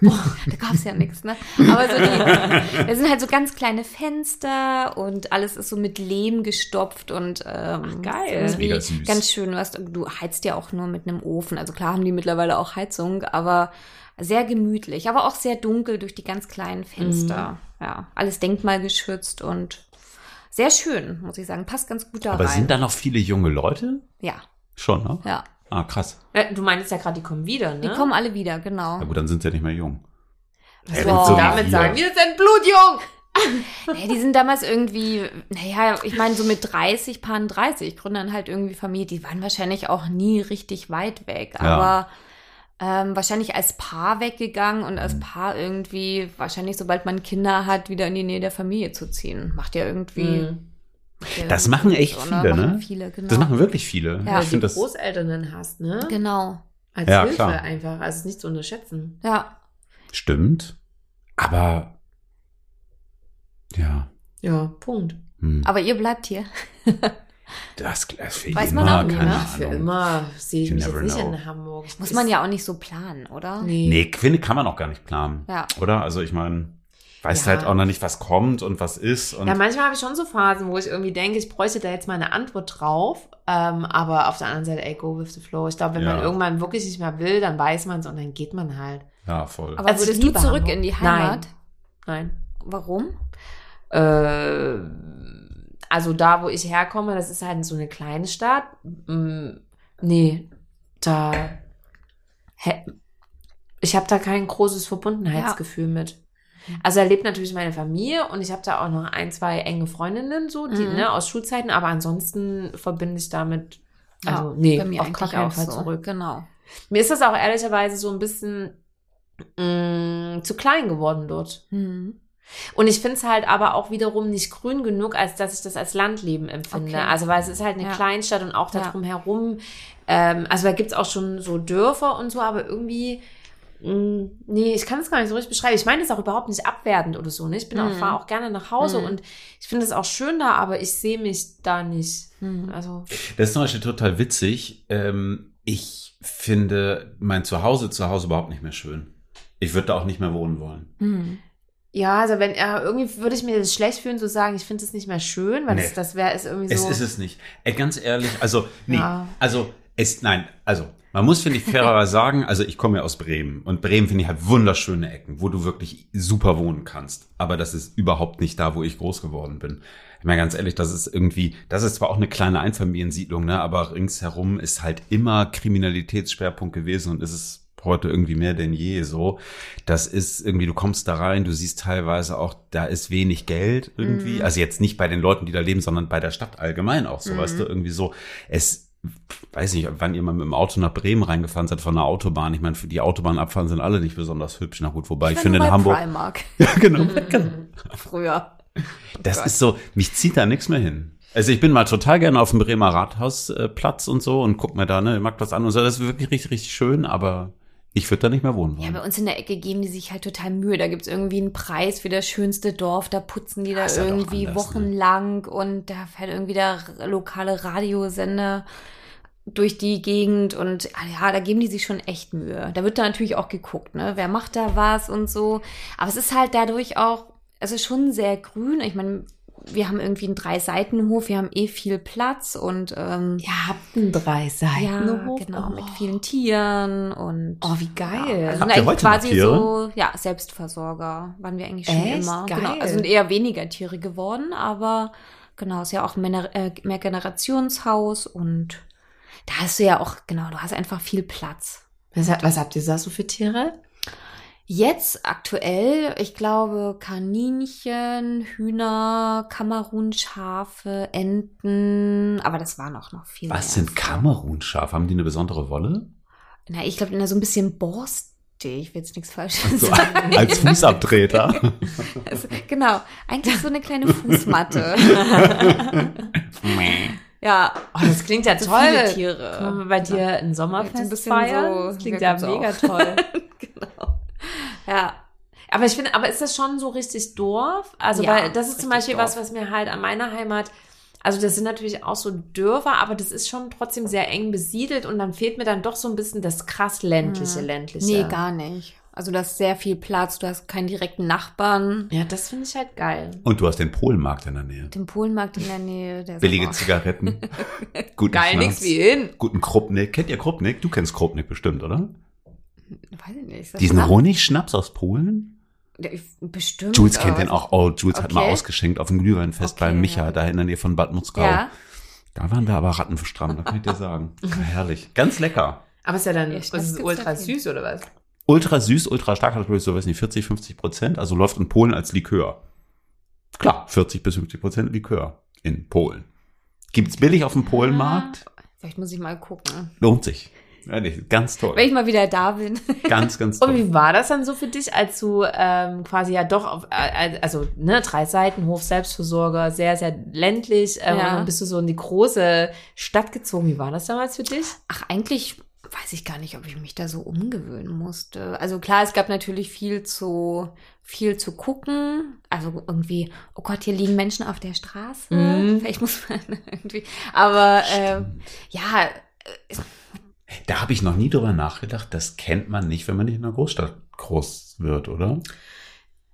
D: Genau. da gab's ja nichts, ne? Aber
C: (laughs)
D: so die, da sind halt so ganz kleine Fenster und alles ist so mit Lehm gestopft und ähm,
C: Ach, geil.
D: irgendwie
C: Das ist
B: mega süß.
D: ganz schön. Du, hast, du heizt ja auch nur mit einem Ofen. Also klar haben die mittlerweile auch Heizung, aber sehr gemütlich, aber auch sehr dunkel durch die ganz kleinen Fenster.
C: Mhm.
D: Ja, alles denkmalgeschützt und sehr schön, muss ich sagen. Passt ganz gut da
B: Aber
D: rein.
B: sind da noch viele junge Leute?
D: ja,
B: Schon, ne?
D: Genau. ja.
B: Ah, krass.
C: Äh, Du meinst ja gerade, die kommen wieder, ne?
D: Die kommen alle wieder, genau.
B: Na gut, dann sind sie ja nicht mehr jung.
C: Was
D: Wow.
C: willst du
D: So
C: damit
B: wir.
C: sagen? Wir sind blutjung!
D: Ja, die sind damals irgendwie, naja, ich meine, so mit 30, Paaren 30, gründen dann halt irgendwie Familie. Die waren wahrscheinlich auch nie richtig weit weg, aber ähm, wahrscheinlich als Paar weggegangen und
B: Mhm.
D: als Paar irgendwie, wahrscheinlich sobald man Kinder hat, wieder in die Nähe der Familie zu ziehen. Macht ja irgendwie.
C: Mhm.
D: ja,
B: Das machen echt
D: so,
B: viele,
D: machen
B: ne?
D: Viele, genau.
B: Das machen wirklich viele.
D: Ja,
C: Weil
B: ich
C: du
B: finde das.
C: Großelternen hast, ne?
D: Genau.
C: Als
B: Ja,
C: Hilfe
B: klar.
C: einfach. Also es ist nicht zu unterschätzen.
D: Ja.
B: Stimmt. Aber. Ja.
C: Ja, Punkt.
B: Hm.
D: Aber ihr
B: (laughs)
D: bleibt hier.
B: Das ist für
D: Weiß
B: immer,
D: man auch nie,
B: keine
D: ne?
B: Ahnung.
C: Für immer sehe ich
B: You
C: mich jetzt
B: never
C: nicht
B: know.
C: in Hamburg.
D: Muss
C: Ist-
D: man ja auch nicht so planen, oder?
C: Nee.
B: Nee, finde kann man auch gar nicht planen.
D: Ja.
B: Oder? Also ich meine, weißt
C: Ja.
B: halt auch noch nicht, was kommt und was ist. Und
C: Ja, manchmal habe ich schon so Phasen, wo ich irgendwie denke, ich bräuchte da jetzt mal eine Antwort drauf. Ähm, aber auf der anderen Seite, ey, go with the flow. Ich glaube, wenn
B: Ja.
C: man irgendwann wirklich nicht mehr will, dann weiß man es und dann geht man halt.
B: ja voll.
D: Aber
C: Also ich
D: würdest du
C: liebe
D: zurück
C: Hamburg.
D: in die Heimat?
C: Nein.
D: Warum?
C: Äh, also da, wo ich herkomme, das ist halt so eine kleine Stadt. Mm, nee, da. Hä? Ich habe da kein großes Verbundenheitsgefühl mit. Also da lebt natürlich meine Familie und ich habe da auch noch ein, zwei enge Freundinnen so, die,
D: Mhm.
C: ne, aus Schulzeiten, aber ansonsten verbinde ich damit,
D: Ja,
C: also nee,
D: Bei mir
C: auf gar
D: eigentlich
C: keinen
D: auch
C: Fall
D: so.
C: zurück.
D: Genau.
C: Mir ist das auch ehrlicherweise so ein bisschen mm, zu klein geworden dort.
D: Mhm.
C: Und ich finde es halt aber auch wiederum nicht grün genug, als dass ich das als Landleben empfinde.
D: Okay.
C: Also weil es ist halt eine
D: Ja.
C: Kleinstadt und auch da
D: Ja.
C: drum herum, ähm, also da gibt's auch schon so Dörfer und so, aber irgendwie, mh, nee, ich kann es gar nicht so richtig beschreiben. Ich meine das auch überhaupt nicht abwertend oder so. Ne? Ich bin auch,
D: Mhm.
C: fahre auch gerne nach Hause
D: Mhm.
C: und ich finde es auch schön da, aber ich sehe mich da nicht.
D: Mhm.
C: Also,
B: Das ist zum Beispiel total witzig. Ähm, ich finde mein Zuhause zu Hause überhaupt nicht mehr schön. Ich würde da auch nicht mehr wohnen wollen.
D: Mhm.
C: ja, also wenn äh, irgendwie würde ich mir das schlecht fühlen, zu sagen, ich finde es nicht mehr schön, weil
B: Nee.
C: das, das wäre ist irgendwie
B: Es
C: so.
B: ist es nicht. Ey, ganz ehrlich, also, nee,
C: Ja.
B: also, es, nein, also, man muss, finde ich, fairer sagen, also ich komme ja aus Bremen und Bremen finde ich halt wunderschöne Ecken, wo du wirklich super wohnen kannst. Aber das ist überhaupt nicht da, wo ich groß geworden bin. Ich meine, ganz ehrlich, das ist irgendwie, das ist zwar auch eine kleine Einfamiliensiedlung, ne, aber ringsherum ist halt immer Kriminalitätssperrpunkt gewesen und ist es heute irgendwie mehr denn je so. Das ist irgendwie, du kommst da rein, du siehst teilweise auch, da ist wenig Geld
D: Mhm. Mhm.
B: irgendwie. Also jetzt nicht bei den Leuten, die da leben, sondern bei der Stadt allgemein auch so, weißt du, irgendwie so. Es weiß nicht, wann ihr mal mit dem Auto nach Bremen reingefahren seid von der Autobahn. Ich meine, für die Autobahnabfahren sind alle nicht besonders hübsch. Na gut, wobei ich,
D: war
B: finde
D: nur
B: in
D: bei Mhm.
B: Hamburg.
D: Primark
B: Ja,
D: (laughs)
B: (laughs) genau.
D: früher.
B: Das ist so, mich zieht da nichts mehr hin. Also ich bin mal total gerne auf dem Bremer Rathausplatz und so und guck mir da ne, den Marktplatz an und so. Das ist wirklich richtig, richtig schön, aber ich würde da nicht mehr wohnen
D: Ja,
B: wollen.
D: bei uns in der Ecke geben die sich halt total Mühe. Da gibt's irgendwie einen Preis für das schönste Dorf. Da putzen die da
B: ist halt auch
D: irgendwie
B: anders, ne?
D: wochenlang und da fährt irgendwie der r- lokale Radiosender durch die Gegend und ah ja, da geben die sich schon echt Mühe. Da wird da natürlich auch geguckt, ne? Wer macht da was und so. Aber es ist halt dadurch auch, es ist schon sehr grün. Ich meine, wir haben irgendwie einen Drei-Seiten-Hof, wir haben eh viel Platz und ähm,
C: Ihr habt einen Dreiseitenhof.
D: ja, genau, mit vielen Tieren und
C: Oh, wie geil.
D: ja,
B: Oh. Habt
D: also sind
B: ihr
D: eigentlich
B: heute noch
D: quasi
B: Tiere?
D: so, ja, Selbstversorger waren wir eigentlich schon
C: Echt?
D: immer.
C: Geil.
D: Genau, also sind eher weniger Tiere geworden, aber genau, ist ja auch ein Männer- äh, Mehrgenerationshaus und da hast du ja auch, genau, du hast einfach viel Platz.
C: was, hat- was habt ihr da so für Tiere?
D: Jetzt aktuell, ich glaube, Kaninchen, Hühner, Kamerun, Schafe, Enten, aber das waren auch noch viel
B: Was
D: mehr
B: sind
D: früher.
B: Kamerunschaf? Haben die eine besondere
D: (laughs)
B: Wolle?
D: Na, ich glaube, so ein bisschen borstig, ich will jetzt nichts Falsches
B: So, (laughs)
D: sagen.
B: als Fußabtreter.
D: (laughs) Also, genau, eigentlich so eine kleine Fußmatte.
B: (laughs)
D: ja,
C: Oh, das klingt ja
D: so
C: toll.
D: Also viele
C: Können wir
D: Tiere.
C: bei dir ein
D: Ja, so ein
C: Sommerfest
D: bisschen so-
C: feiern? das klingt ja
D: ja, gibt's
C: mega
D: auch.
C: (laughs) toll.
D: genau. Ja,
C: Aber ich finde, aber ist das schon so richtig Dorf? Also,
D: Ja,
C: weil das ist zum
D: richtig
C: Beispiel was,
D: Dorf.
C: was mir halt an meiner Heimat, also das sind natürlich auch so Dörfer, aber das ist schon trotzdem sehr eng besiedelt und dann fehlt mir dann doch so ein bisschen das krass ländliche,
D: Hm.
C: ländliche.
D: nee, gar nicht. Also du hast sehr viel Platz, du hast keinen direkten Nachbarn.
C: Ja, das finde ich halt geil.
B: (laughs) Und du hast den Polenmarkt in der Nähe.
D: Den Polenmarkt in der Nähe. Der ist
B: Billige
D: aber- (laughs)
B: Zigaretten. Guten
D: Geil,
B: Schnaps,
D: nix wie hin.
B: Guten Krupnik. Kennt ihr Krupnik? Du kennst Krupnik bestimmt, oder?
D: Weiß ich nicht. ist das
B: Diesen
D: Saft?
B: Honigschnaps aus Polen?
D: Der- ich- Bestimmt.
B: Jules kennt
D: aber-
B: den auch. Oh, Jules hat mal
D: Hm, äh, Okay.
B: ausgeschenkt auf dem Glühweinfest
D: Okay,
B: bei Micha,
D: ja.
B: da in der Nähe von Bad Mutzgau.
D: Ja,
B: Da waren da aber Ratten für Stramm, das kann ich dir
D: (laughs)
B: sagen. herrlich. Ganz lecker.
C: Aber ist ja dann, also
D: Ja,
C: ist
D: das
C: es
D: gibt's
C: ultra
D: da viel.
C: süß oder was?
B: Ultra süß, ultra stark, hat glaube ich so, weiß nicht, 40, 50 Prozent. Also läuft in Polen als Likör. Klar, 40 bis 50 Prozent Likör in Polen. Gibt's billig auf dem
D: Ah.
B: Polenmarkt?
D: vielleicht muss ich mal gucken.
B: Lohnt sich. Ehrlich, ganz toll.
D: Wenn ich mal wieder da bin.
B: (laughs) Ganz, ganz
D: Oh,
C: Und
B: toll.
C: wie war das dann so für dich, als du ähm, quasi ja doch auf, äh, also ne, drei Seiten, Hof, Selbstversorger, sehr, sehr ländlich, ähm,
D: Ja.
C: und dann bist du so in die große Stadt gezogen. Wie war das damals für dich?
D: Ach, eigentlich weiß ich gar nicht, ob ich mich da so umgewöhnen musste. Also klar, es gab natürlich viel zu viel zu gucken. Also irgendwie, oh Gott, hier liegen Menschen auf der Straße.
C: Mhm.
D: Vielleicht muss man (laughs) irgendwie. Aber äh, ja,
B: Da habe ich noch nie drüber nachgedacht, das kennt man nicht, wenn man nicht in einer Großstadt groß wird, oder?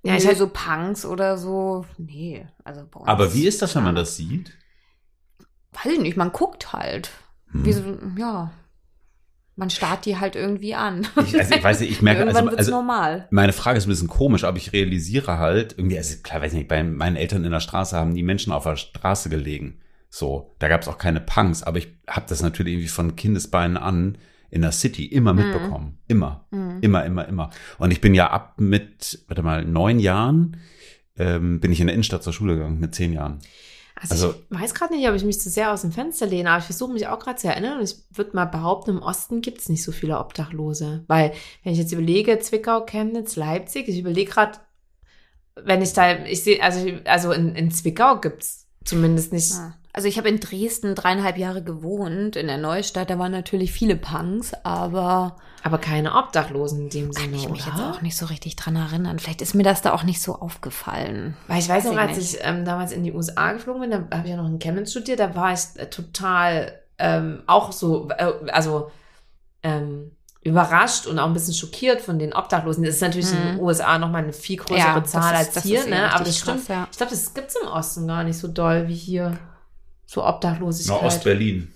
C: Ja,
D: ja
C: ich
D: ich
C: hab-
D: so Punks oder so. Nee, also bei uns-
B: Aber wie ist das, wenn man das sieht?
D: Weiß ich nicht, man guckt halt.
B: Hm.
D: Wie so, ja. Man starrt die halt irgendwie an.
B: Ich, also ich weiß nicht, ich merke,
D: Irgendwann
B: also,
D: wird's
B: also
D: normal.
B: meine Frage ist ein bisschen komisch, aber ich realisiere halt, irgendwie, also klar, weiß nicht, bei meinen Eltern in der Straße haben die Menschen auf der Straße gelegen. So, da gab es auch keine Punks, aber ich habe das natürlich irgendwie von Kindesbeinen an in der City immer mitbekommen. Immer,
D: Mhm.
B: immer, immer, immer. Und ich bin ja ab mit, warte mal, neun Jahren ähm, bin ich in der Innenstadt zur Schule gegangen, mit zehn Jahren.
C: Also,
B: Also-
C: ich weiß gerade nicht, ob ich mich zu sehr aus dem Fenster lehne, aber ich versuche mich auch gerade zu erinnern und ich würde mal behaupten, im Osten gibt es nicht so viele Obdachlose. Weil, wenn ich jetzt überlege, Zwickau, Chemnitz, Leipzig, ich überlege gerade, wenn ich da, ich sehe, also, also in, in Zwickau gibt es zumindest nicht.
D: Ja. Also ich habe in Dresden dreieinhalb Jahre gewohnt, in der Neustadt. Da waren natürlich viele Punks, aber Genau,
C: Aber keine Obdachlosen in dem
D: kann
C: Sinne,
D: ich mich
C: oder?
D: jetzt auch nicht so richtig dran erinnern. Vielleicht ist mir das da auch nicht so aufgefallen.
C: Weil ich weiß noch,
D: Weiß ich
C: als
D: nicht.
C: ich ähm, damals in die USA geflogen bin, da habe ich ja noch in Chemnitz studiert, da war ich äh, total ähm, auch so, äh, also ähm, überrascht und auch ein bisschen schockiert von den Obdachlosen. Das ist natürlich in den
D: Mhm.
C: USA nochmal eine viel größere
D: Ja, das
C: Zahl
D: ist-
C: als
D: das
C: hier,
D: ist eh
C: ne? Aber
D: richtig
C: das stimmt.
D: krass, ja.
C: Ich glaube, das gibt es im Osten gar nicht so doll wie hier. So Obdachlosigkeit.
B: Ostberlin.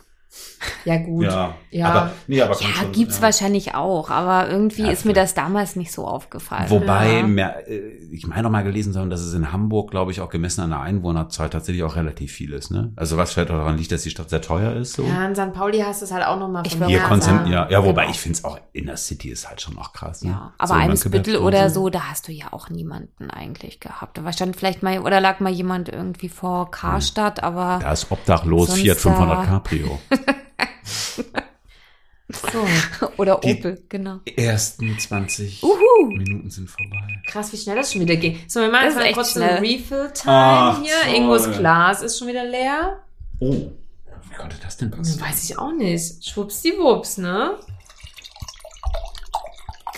C: ja, halt gut. Ja.
B: Aber, nee, aber
D: Ja,
B: kommt schon,
D: gibt's wahrscheinlich auch, aber irgendwie
B: Ja,
D: ist mir
B: vielleicht.
D: das damals nicht so aufgefallen.
B: Wobei,
C: Ja.
B: mehr, äh, ich meine auch mal gelesen zu haben, dass es in Hamburg, glaube ich, auch gemessen an der Einwohnerzahl tatsächlich auch relativ viel ist. Ne? Also was vielleicht auch daran liegt, dass die Stadt sehr teuer ist. So.
C: Ja, in St. Pauli hast du es halt auch nochmal
D: Ich
C: von
D: will
B: Hier
C: mir
D: mal
B: konzent
D: sagen.
B: ja, ja, wobei
D: Genau.
B: ich finde es auch Inner City ist halt schon auch krass. Ne?
D: Ja,
B: So
D: aber
B: in
D: Eimsbüttel
B: Mönckeberg-
D: oder so, da hast du ja auch niemanden eigentlich gehabt. Da stand vielleicht mal oder lag mal
B: Hm.
D: jemand irgendwie vor Karstadt, aber
B: Da ist obdachlos
D: Sonst (laughs)
B: Fiat 500
D: da-
B: Cabrio.
D: So. (laughs) Oder
B: Die-
D: Opel, genau.
B: Ersten 20
D: Uhu.
B: Minuten sind vorbei.
C: Krass, wie schnell das schon wieder ging. So, wir machen jetzt
D: Das ist
C: mal
D: echt
C: kurz
D: schnell.
C: einen Refill-Time
B: Ach,
C: hier.
B: toll.
C: Ingos Glas ist schon wieder leer.
B: Oh, wie konnte das denn passieren?
C: Weiß ich auch nicht. Schwuppsdiwupps, ne?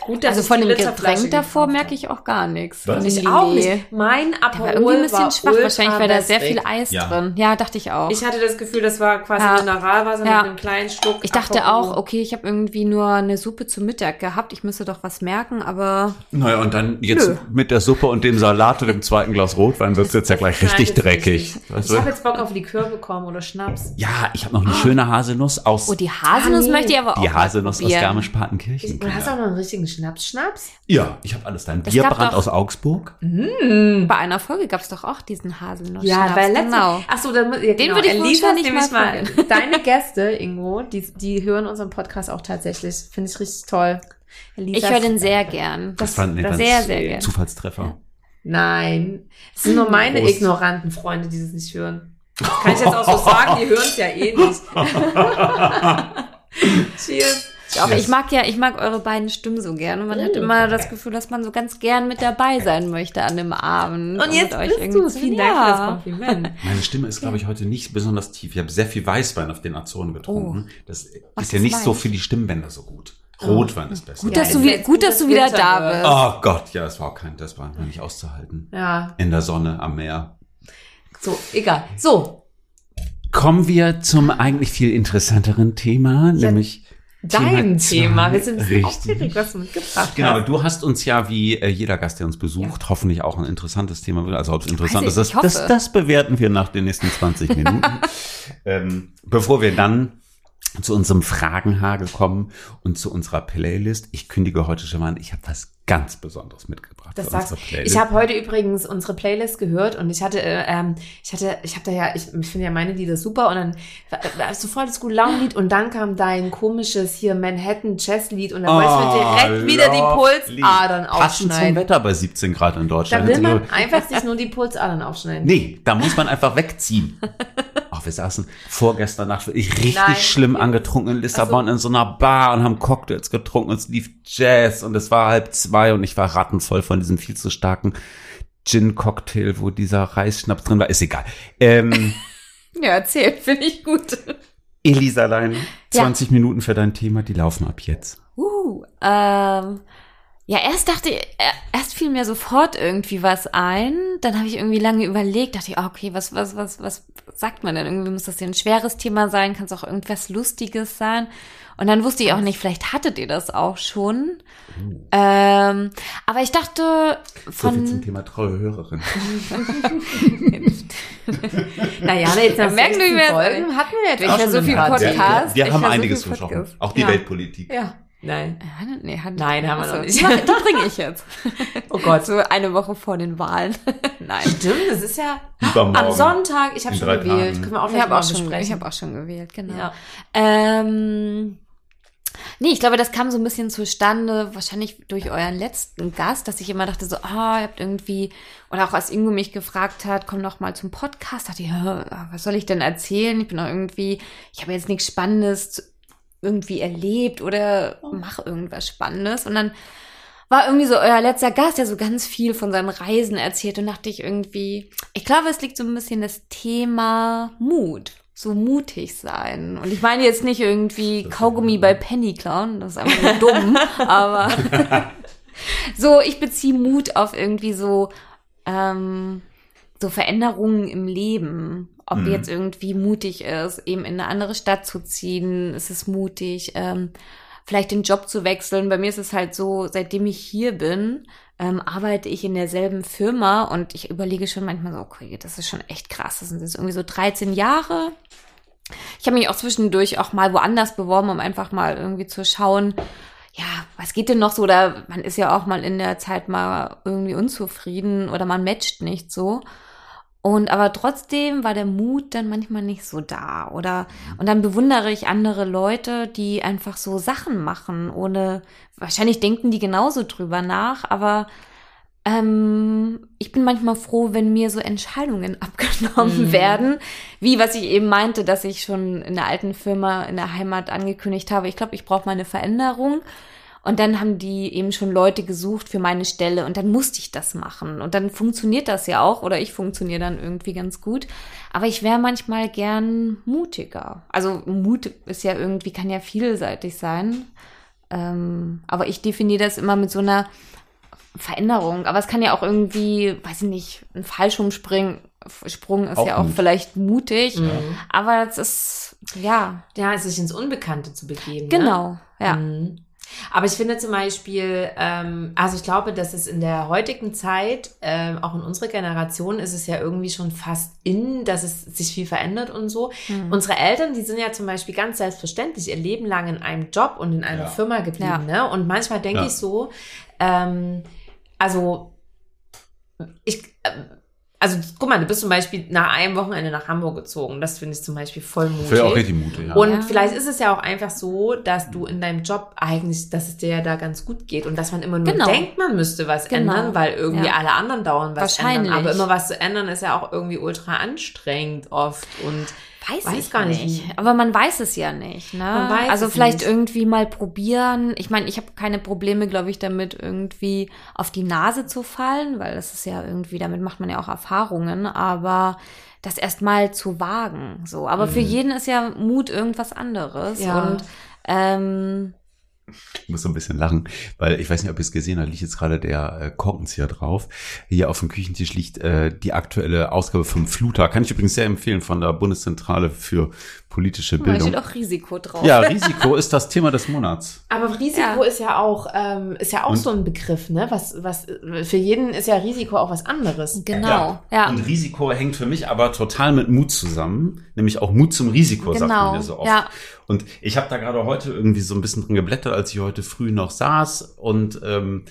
C: Gut, dass
D: Also
C: ich
D: von
C: die
D: dem
C: Literflasche
D: Getränk davor
C: gekauft
D: merke ich auch gar nichts.
B: Was?
D: Von
C: Ich
D: dem
C: auch
D: Lillet.
C: nicht. Mein
D: Der
C: Aperol
D: war irgendwie ein bisschen
C: war
D: schwach,
C: ultra
D: wahrscheinlich, weil da sehr
C: wässrig.
D: viel Eis
B: Ja.
D: drin. Ja, dachte ich auch.
C: Ich
D: Ich,
C: hatte das Gefühl, das war quasi
D: Ja.
C: nur Mineralwasser
D: Ja.
C: mit einem kleinen Schluck.
D: dachte
C: Aperol.
D: auch, okay, ich habe irgendwie nur eine Suppe zum Mittag gehabt. Ich müsste doch was merken, aber
B: Naja, und dann jetzt
D: Nö.
B: mit der Suppe und dem Salat und dem zweiten Glas Rotwein wird es jetzt ja gleich
C: Nein,
B: richtig
C: das ist
B: dreckig.
C: nicht.
B: Weißt
C: Ich
B: du?
C: habe jetzt Bock auf Likör bekommen oder Schnaps.
B: Ja, ich habe noch eine schöne Haselnuss aus
D: oh, die Haselnuss
C: Ah, nee.
D: möchte ich aber auch
B: die
D: mal
B: Haselnuss aus
D: probieren.
B: Garmisch-Partenkirchen.
C: Du hast auch noch einen richtigen Schnaps-Schnaps?
B: Ja, ich habe alles. Dein
D: Es gab
B: Bierbrand
D: doch-
B: aus Augsburg.
D: Bei einer Folge gab es doch auch diesen Haselnuss.
C: Ja, weil letztens.
D: Oh, genau.
C: Ach so, dann, mu- ja, genau.
D: würde ich wohl
C: Elisa
D: wahrscheinlich
C: nehme ich
D: mal
C: mal.
D: (laughs)
C: Deine Gäste, Ingo, die, die hören unseren Podcast auch tatsächlich. Finde ich richtig toll. Elisa,
D: Ich höre den sehr gern.
B: Das fanden wir
D: das-
B: ganz
D: sehr, sehr gern.
B: Zufallstreffer.
C: Nein, es sind nur
D: Hm.
C: meine
B: Prost.
C: ignoranten Freunde, die das nicht hören. Kann ich jetzt auch so sagen, die hören es ja
B: (laughs)
C: eh nicht. Cheers.
D: Ich, auch,
B: Yes.
D: ich mag ja, ich mag eure beiden Stimmen so gern und man
C: Oh.
D: hat immer das Gefühl, dass man so ganz gern mit dabei sein möchte an dem Abend.
C: Und jetzt
D: mit euch
C: bist
D: irgendwie
C: du.
D: zu-
C: Vielen
D: Ja.
C: Dank für das Kompliment.
B: Meine Stimme ist, glaube ich, heute nicht besonders tief. Ich habe sehr viel Weißwein auf den Azoren getrunken. Das ist ja
D: Oh. ist
B: nicht so
D: Wein?
B: für die Stimmbänder so gut. Rotwein ist besser.
D: Gut,
C: Ja,
D: dass du,
C: ist
D: wie-
C: jetzt ne?
D: gut,
C: gut,
D: dass du
C: dass
D: wieder
C: Winter wird.
D: da bist.
B: Oh Gott, ja, das war auch kein, das war noch nicht auszuhalten.
C: Ja,
B: In der Sonne, am Meer.
C: so, egal. So,
B: Kommen wir zum eigentlich viel interessanteren Thema, nämlich
C: dein Thema.
B: zwei.
C: Wir sind ein bisschen
B: Richtig.
C: aufgeregt, was du mitgebracht
B: Genau,
C: hast.
B: du hast uns ja wie äh, jeder Gast, der uns besucht, hoffentlich auch ein interessantes Thema. Also ob es interessant
D: Weiß
B: ist,
D: ich,
B: das,
D: ich
B: das,
D: hoffe.
B: das bewerten wir nach den nächsten 20 Minuten.
C: (laughs)
B: ähm, bevor wir dann zu unserem Fragenhagel kommen und zu unserer Playlist. Ich kündige heute schon mal an, ich habe was ganz Besonderes mitgebracht.
C: Das
B: für
C: sagst du.
B: unsere Playlist.
C: Ich habe heute übrigens unsere Playlist gehört und ich hatte, äh, ähm, ich hatte, ich habe da ja, ich, ich finde ja meine Lieder super und dann war, war sofort das gute Launenlied und dann kam dein komisches hier Manhattan Jazz Lied und dann wolltest du mir direkt wieder die Pulsadern
B: Oh, Passend zum
C: aufschneiden.
B: Wetter bei 17 Grad in
C: Da
B: Deutschland.
C: will
B: Also,
C: man einfach sich nur die Pulsadern aufschneiden.
B: Nee, da muss man einfach
D: (laughs)
B: wegziehen. Ach, wir saßen vorgestern Nacht wirklich richtig
C: Nein.
B: schlimm angetrunken in Lissabon in so einer Bar und haben Cocktails getrunken und es lief Jazz und es war halb zwei und ich war rattenvoll von diesem viel zu starken Gin-Cocktail, wo dieser Reisschnaps drin war. Ist egal.
D: (laughs)
B: Ähm,
D: Ja, erzählt, finde ich gut.
B: Elisa Lein, 20 Minuten für dein Thema, die laufen ab jetzt.
D: Uh, ähm, ja, erst dachte ich, er- erst fiel mir sofort irgendwie was ein. Dann habe ich irgendwie lange überlegt, dachte ich, ah, okay, was, was, was, was sagt man denn? Irgendwie muss das hier ein schweres Thema sein, kann es auch irgendwas Lustiges sein. Und dann wusste ich auch nicht, vielleicht hattet ihr das auch schon. Ähm, aber ich dachte
B: Oh. So viel zum
D: von.
B: Thema treue Hörerin.
C: Naja, jetzt nach
D: Ja, merken wir,
C: 16
D: wir-
C: Folgen hatten wir jetzt
D: Ich
C: auch
D: höre
C: schon
D: so viel
C: einen Podcast.
D: Podcast.
B: Wir, wir
D: ich
B: haben
D: höre so
B: einiges
D: viel Podcast.
B: versprochen. Auch die
D: ja.
B: Weltpolitik.
C: Ja, nein.
D: Ja, nee, hat-
C: Nein, haben wir
D: Achso,
C: noch nicht.
D: Die mach- die bringe ich jetzt.
C: Oh Gott.
D: So eine Woche vor den Wahlen. (laughs) Nein.
C: Stimmt, das ist ja
B: Übermorgen.
C: am Sonntag. Ich habe
B: In
C: schon
B: drei
C: gewählt.
B: Tagen.
C: Können wir auch
D: Ich
C: gleich
D: habe
C: mal
D: auch, schon-
C: besprechen.
D: ich hab auch schon gewählt, genau.
C: Ja.
D: Ähm, nee, ich glaube, das kam so ein bisschen zustande, wahrscheinlich durch euren letzten Gast, dass ich immer dachte so, ah, ihr habt irgendwie, oder auch als Ingo mich gefragt hat, komm noch mal zum Podcast, dachte ich, "Ja, was soll ich denn erzählen? Ich bin doch irgendwie, ich habe jetzt nichts Spannendes zu- irgendwie erlebt oder mach irgendwas Spannendes. Und dann war irgendwie so euer letzter Gast, der so ganz viel von seinen Reisen erzählt und dachte ich irgendwie, ich glaube, es liegt so ein bisschen das Thema Mut. So mutig sein. Und ich meine jetzt nicht irgendwie Kaugummi bei Penny klauen, das ist einfach nur dumm, aber so, ich beziehe Mut auf irgendwie so, ähm, so Veränderungen im Leben. Ob
B: Mhm.
D: jetzt irgendwie mutig ist, eben in eine andere Stadt zu ziehen, ist es mutig, ähm, vielleicht den Job zu wechseln. Bei mir ist es halt so, seitdem ich hier bin, ähm, arbeite ich in derselben Firma und ich überlege schon manchmal so, okay, das ist schon echt krass. Das sind jetzt irgendwie so 13 Jahre. Ich habe mich auch zwischendurch auch mal woanders beworben, um einfach mal irgendwie zu schauen, ja, was geht denn noch so? Oder man ist ja auch mal in der Zeit mal irgendwie unzufrieden oder man matcht nicht so. Und aber trotzdem war der Mut dann manchmal nicht so da. Oder Mhm. und dann bewundere ich andere Leute, die einfach so Sachen machen, ohne wahrscheinlich denken die genauso drüber nach, aber äh, Ähm, ich bin manchmal froh, wenn mir so Entscheidungen (laughs) abgenommen werden, wie was ich eben meinte, dass ich schon in der alten Firma in der Heimat angekündigt habe, ich glaube, ich brauche mal eine Veränderung. Und dann haben die eben schon Leute gesucht für meine Stelle und dann musste ich das machen. Und dann funktioniert das ja auch oder ich funktioniere dann irgendwie ganz gut. Aber ich wäre manchmal gern mutiger. Also Mut ist ja irgendwie, kann ja vielseitig sein. Ähm, aber ich definiere das immer mit so einer Veränderung. Aber es kann ja auch irgendwie, weiß ich nicht, ein Fallschirmspringen Sprung ist
B: Auch
D: ja auch
B: Mut.
D: vielleicht mutig.
C: Mhm.
D: Aber es ist, ja,
C: Ja, sich ins Unbekannte zu begeben. Ne?
D: genau, ja.
C: Mhm. Aber ich finde zum Beispiel, ähm, also ich glaube, dass es in der heutigen Zeit, ähm, auch in unserer Generation, ist es ja irgendwie schon fast in, dass es sich viel verändert und so.
D: Mhm.
C: Unsere Eltern, die sind ja zum Beispiel ganz selbstverständlich ihr Leben lang in einem Job und in einer
B: Ja.
C: Firma geblieben. Ne? Und manchmal denke
B: Ja.
C: ich so, ähm, also ich, ähm, also guck mal, du bist zum Beispiel nach einem Wochenende nach Hamburg gezogen. Das finde ich zum Beispiel voll mutig.
B: Für auch richtig mutig. Ja.
C: Und
D: Ja.
C: vielleicht ist es ja auch einfach so, dass du in deinem Job eigentlich, dass es dir ja da ganz gut geht und dass man immer nur
D: Genau.
C: denkt, man müsste was
D: Genau.
C: ändern, weil irgendwie
D: Ja.
C: alle anderen dauern was
D: Wahrscheinlich.
C: ändern. Aber immer was zu ändern ist ja auch irgendwie ultra anstrengend oft und
D: Weiß,
C: Weiß
D: ich
C: gar
D: gar
C: nicht.
D: nicht. Aber man weiß es ja nicht. Ne?
C: Man weiß
D: also
C: es
D: vielleicht
C: nicht.
D: irgendwie mal probieren. Ich meine, ich habe keine Probleme, glaube ich, damit irgendwie auf die Nase zu fallen, weil das ist ja irgendwie, damit macht man ja auch Erfahrungen, aber das erst mal zu wagen. So. Aber für jeden ist ja Mut irgendwas anderes.
C: Mhm. Ja.
D: Und ähm,
B: Ich muss so ein bisschen lachen, weil ich weiß nicht, ob ihr es gesehen habt, liegt jetzt gerade der äh, Korkenzieher drauf. Hier auf dem Küchentisch liegt äh, die aktuelle Ausgabe vom Fluter. Kann ich übrigens sehr empfehlen von der Bundeszentrale für politische
D: da
B: Bildung.
D: steht auch Risiko drauf.
B: Ja, Risiko ist das Thema des Monats.
C: aber Risiko
D: Ja.
C: ist ja auch, ähm, ist ja auch
B: Und-
C: so ein Begriff, ne? Was, was, für jeden ist ja Risiko auch was anderes.
D: Genau. Ja.
B: Und Risiko hängt für mich aber total mit Mut zusammen, nämlich auch Mut zum Risiko, sagt man
D: Genau,
B: ja so oft.
D: ja.
B: Und ich habe da gerade heute irgendwie so ein bisschen drin geblättert, als ich heute früh noch saß und ähm,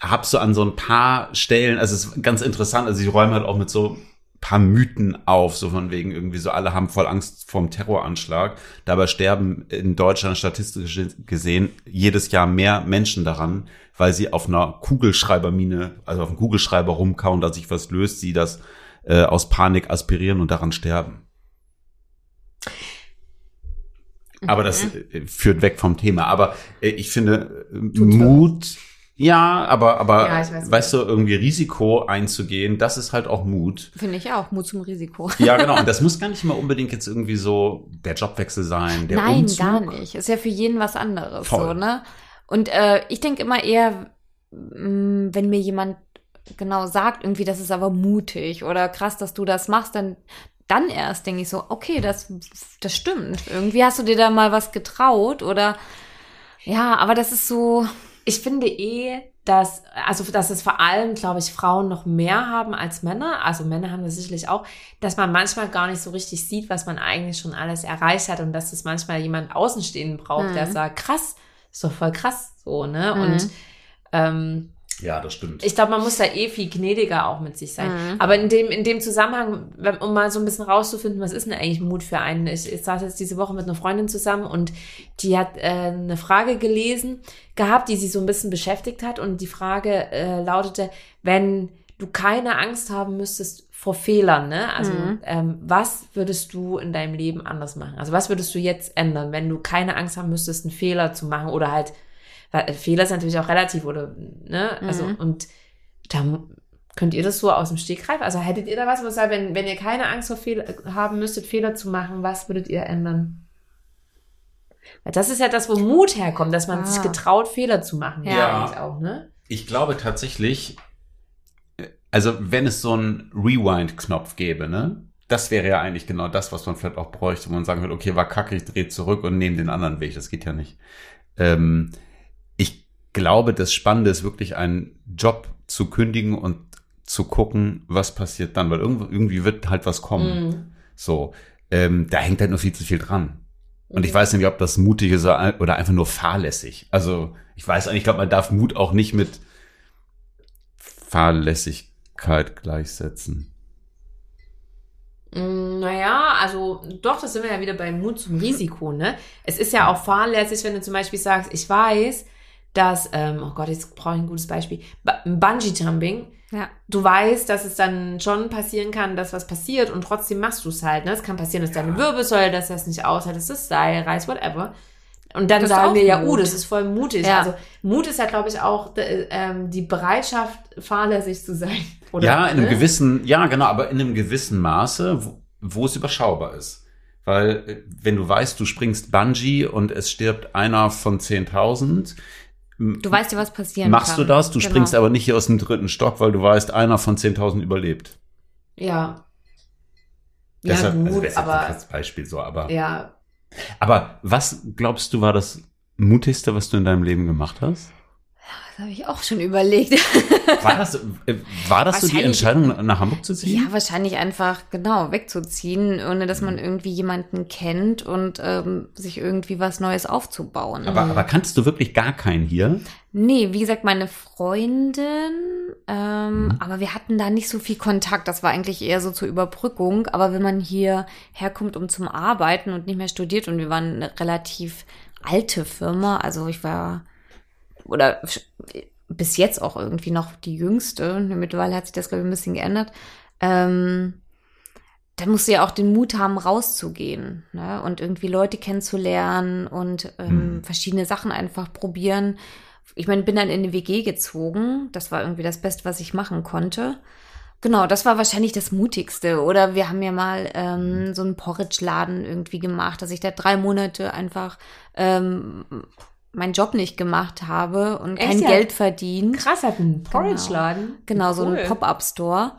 B: habe so an so ein paar Stellen, also es ist ganz interessant, also ich räume halt auch mit so paar Mythen auf, so von wegen irgendwie so alle haben voll Angst vorm Terroranschlag. Dabei sterben in Deutschland statistisch gesehen jedes Jahr mehr Menschen daran, weil sie auf einer Kugelschreibermine, also auf einem Kugelschreiber rumkauen, dass sich was löst, sie das äh, aus Panik aspirieren und daran sterben. Aber das äh, führt weg vom Thema. Aber äh, ich finde, äh, Mut, ja, aber, aber
C: Ja, ich weiß.
B: weißt du, irgendwie Risiko einzugehen, das ist halt auch Mut.
D: Finde ich auch. Mut zum Risiko.
B: Ja, genau. Und das muss gar nicht mal unbedingt jetzt irgendwie so der Jobwechsel sein, der
D: Nein,
B: Umzug.
D: gar nicht. Ist ja für jeden was anderes,
B: Voll.
D: so, ne? Und äh, ich denke immer eher, mh, wenn mir jemand genau sagt, irgendwie, das ist aber mutig oder krass, dass du das machst, dann, dann erst denke ich so, okay, das, das stimmt. Irgendwie hast du dir da mal was getraut oder ja, aber das ist so,
C: Ich finde eh, dass, also dass es vor allem, glaube ich, Frauen noch mehr haben als Männer. Also Männer haben das sicherlich auch, dass man manchmal gar nicht so richtig sieht, was man eigentlich schon alles erreicht hat und dass es manchmal jemand Außenstehenden braucht,
D: Mhm.
C: der sagt, krass, ist doch voll krass so, ne?
D: Mhm.
C: Und ähm,
B: Ja, das stimmt.
C: ich glaube, man muss da eh viel gnädiger auch mit sich sein.
D: Mhm.
C: Aber in dem, in dem Zusammenhang, wenn- um mal so ein bisschen rauszufinden, was ist denn eigentlich Mut für einen? Ich, ich saß jetzt diese Woche mit einer Freundin zusammen und die hat äh, eine Frage gelesen gehabt, die sie so ein bisschen beschäftigt hat. Und die Frage äh, lautete, wenn du keine Angst haben müsstest vor Fehlern, ne? Also
D: Mhm.
C: ähm, was würdest du in deinem Leben anders machen? Also was würdest du jetzt ändern, wenn du keine Angst haben müsstest, einen Fehler zu machen oder halt weil Fehler ist natürlich auch relativ, oder, ne? Also,
D: Mhm.
C: und da mu- könnt ihr das so aus dem Stegreif? Also, hättet ihr da was, was sagt, wenn, wenn ihr keine Angst vor Fehler haben müsstet, Fehler zu machen, was würdet ihr ändern? Weil das ist ja das, wo Mut herkommt, dass man
D: Ah.
C: sich getraut, Fehler zu machen.
B: Ja.
C: eigentlich Auch, ne?
B: Ich glaube tatsächlich, äh, also wenn es so einen Rewind-Knopf gäbe, ne? Das wäre ja eigentlich genau das, was man vielleicht auch bräuchte, wo man sagen würde, okay, war kacke, ich drehe zurück und nehme den anderen Weg. Das geht ja nicht. Ähm, ich glaube, das Spannende ist wirklich, einen Job zu kündigen und zu gucken, was passiert dann, weil irgendwo- irgendwie wird halt was kommen.
C: Mhm.
B: So, ähm, da hängt halt nur viel zu viel dran. Und
D: Mhm.
B: ich weiß nicht, ob das mutig ist oder oder einfach nur fahrlässig. Also ich weiß eigentlich, ich glaube, man darf Mut auch nicht mit Fahrlässigkeit gleichsetzen.
C: Mm, Naja, also doch, das sind wir ja wieder beim Mut zum Risiko, ne? Es ist ja auch fahrlässig, wenn du zum Beispiel sagst, ich weiß, dass, ähm, oh Gott, jetzt brauche ich ein gutes Beispiel, Ba- Bungee Jumping,
D: Ja.
C: du weißt, dass es dann schon passieren kann, dass was passiert und trotzdem machst du es halt. Ne? Es kann passieren, dass deine Wirbelsäule, dass das nicht aushält, dass das Seil reißt, whatever. Und dann
D: Das ist
C: sagen
D: auch
C: wir ja,
D: Mut.
C: oh, das ist voll mutig.
D: Ja.
C: Also Mut ist ja, glaube ich, auch äh, ähm, die Bereitschaft, fahrlässig zu sein. (laughs) Oder?
B: Ja, in einem
C: Ne?
B: gewissen, ja, genau, aber in einem gewissen Maße, wo, wo es überschaubar ist. Weil, äh, wenn du weißt, du springst Bungee und es stirbt einer von 10.000,
D: Du weißt ja, was passieren
B: machst
D: kann.
B: du das, du
D: Genau.
B: springst aber nicht hier aus dem dritten Stock, weil du weißt, einer von 10.000 überlebt.
C: Ja.
B: Deshalb,
C: ja,
B: also
C: gut,
B: das ist jetzt
C: aber
B: das Beispiel so, aber,
C: ja,
B: aber was glaubst du war das mutigste, was du in deinem Leben gemacht hast?
D: Das habe ich auch schon überlegt.
B: War das, äh, war das so die
D: Wahrscheinlich-
B: Entscheidung, nach Hamburg zu ziehen?
D: Ja, wahrscheinlich einfach, genau, wegzuziehen, ohne dass
B: Mhm.
D: man irgendwie jemanden kennt und ähm, sich irgendwie was Neues aufzubauen.
B: Aber, aber kannst du wirklich gar keinen hier?
D: nee, wie gesagt, meine Freundin, ähm,
B: Mhm.
D: aber wir hatten da nicht so viel Kontakt. Das war eigentlich eher so zur Überbrückung. Aber wenn man hier herkommt, um zum Arbeiten und nicht mehr studiert und wir waren eine relativ alte Firma, also ich war oder bis jetzt auch irgendwie noch die jüngste. ne, Mittlerweile hat sich das, glaube ich, ein bisschen geändert. Ähm, dann musst du ja auch den Mut haben, rauszugehen ne? und irgendwie Leute kennenzulernen und ähm,
B: Hm.
D: verschiedene Sachen einfach probieren. Ich meine, bin dann in eine WG gezogen. Das war irgendwie das Beste, was ich machen konnte. Genau, das war wahrscheinlich das Mutigste. Oder wir haben ja mal
C: Mhm.
D: ähm, so einen Porridge-Laden irgendwie gemacht, dass ich da drei Monate einfach ähm, meinen Job nicht gemacht habe und
C: Echt
D: kein
C: jetzt?
D: Geld verdient.
C: krass, hat einen Porridge-Laden.
D: Genau, so
C: Cool.
D: ein Pop-Up-Store.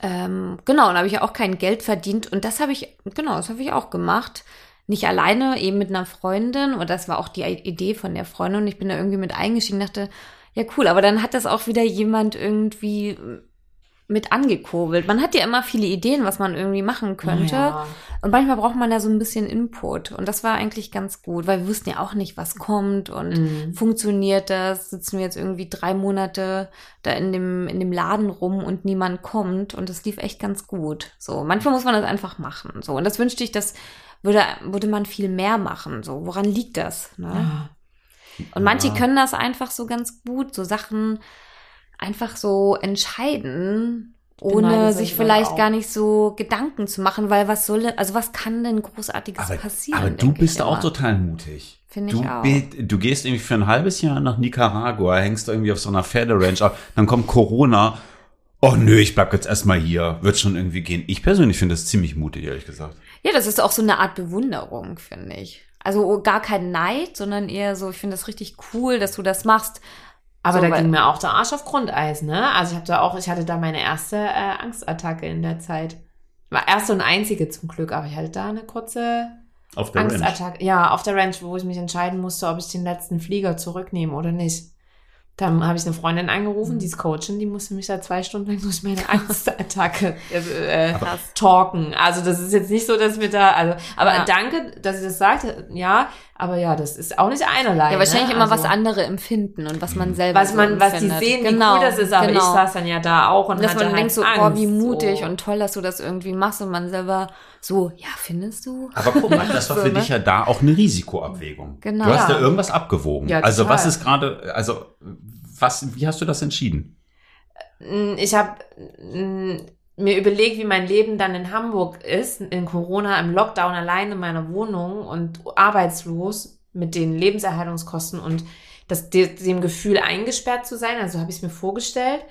D: Ähm, genau, und da habe ich auch kein Geld verdient. Und das habe ich, genau, das habe ich auch gemacht. Nicht alleine, eben mit einer Freundin. Und das war auch die Idee von der Freundin. Und ich bin da irgendwie mit eingestiegen dachte, ja cool, aber dann hat das auch wieder jemand irgendwie mit angekurbelt. Man hat ja immer viele Ideen, was man irgendwie machen könnte.
C: Ja.
D: Und manchmal braucht man da so ein bisschen Input. Und das war eigentlich ganz gut, weil wir wussten ja auch nicht, was kommt und
C: Mhm.
D: funktioniert das? Sitzen wir jetzt irgendwie drei Monate da in dem, in dem Laden rum und niemand kommt und das lief echt ganz gut. So, manchmal muss man das einfach machen. So, und das wünschte ich, das würde, würde man viel mehr machen. So, woran liegt das? Ne?
C: Ja.
D: Und manche
B: Ja.
D: können das einfach so ganz gut, so Sachen einfach so entscheiden. Ohne
C: Genau, das hab
D: sich
C: ich
D: vielleicht
C: auch.
D: gar nicht so Gedanken zu machen, weil was soll, also was kann denn großartiges
B: Aber,
D: passieren?
B: aber du
D: denk ich
B: bist auch
D: immer.
B: total mutig.
D: Finde ich
B: Du,
D: auch.
B: bi- du gehst irgendwie für ein halbes Jahr nach Nicaragua, hängst irgendwie auf so einer Pferderanch ab, dann kommt Corona. Oh nö, ich bleib jetzt erstmal hier. Wird schon irgendwie gehen. Ich persönlich finde das ziemlich mutig, ehrlich gesagt.
D: Ja, das ist auch so eine Art Bewunderung, finde ich. Also gar kein Neid, sondern eher so, ich finde das richtig cool, dass du das machst.
C: Aber
D: So,
C: da
D: weil-
C: ging mir auch der Arsch auf Grundeis, ne? Also ich habe da auch, ich hatte da meine erste äh, Angstattacke in der Zeit. War erste und einzige zum Glück, aber ich hatte da eine kurze
B: Auf
C: Angstattacke. Ja, auf der Ranch, wo ich mich entscheiden musste, ob ich den letzten Flieger zurücknehme oder nicht. Dann habe ich eine Freundin angerufen, die ist Coachin, die musste mich da zwei Stunden lang durch (laughs) meine Angstattacke äh, äh,
D: Krass.
C: talken. Also das ist jetzt nicht so, dass mir da, also, aber
D: Ja.
C: danke, dass ihr das sagt, ja, aber ja, das ist auch nicht einerlei.
D: Ja, wahrscheinlich
C: ne?
D: immer
C: also, Mhm.
D: was andere empfinden und was man selber
C: was man,
D: so
C: was die
D: empfindet.
C: sehen, wie cool das ist, aber ich saß dann ja da auch und
D: und dass
C: hatte
D: man
C: halt
D: denkt so,
C: Angst,
D: boah, wie mutig
C: so.
D: und toll, dass du das irgendwie machst und man selber so, ja, findest du?
B: Aber guck mal, das war
D: So,
B: für
D: ne?
B: dich ja da auch eine Risikoabwägung.
D: Genau.
B: Du hast da
C: Ja.
B: irgendwas abgewogen.
C: Ja,
B: also
C: total.
B: was ist gerade, also was, wie hast du das entschieden?
C: Mm, ich hm, habe mir überlegt, wie mein Leben dann in Hamburg ist, in Corona, im Lockdown allein in meiner Wohnung und arbeitslos mit den Lebenserhaltungskosten und das, de- dem Gefühl eingesperrt zu sein. Also habe ich es mir vorgestellt.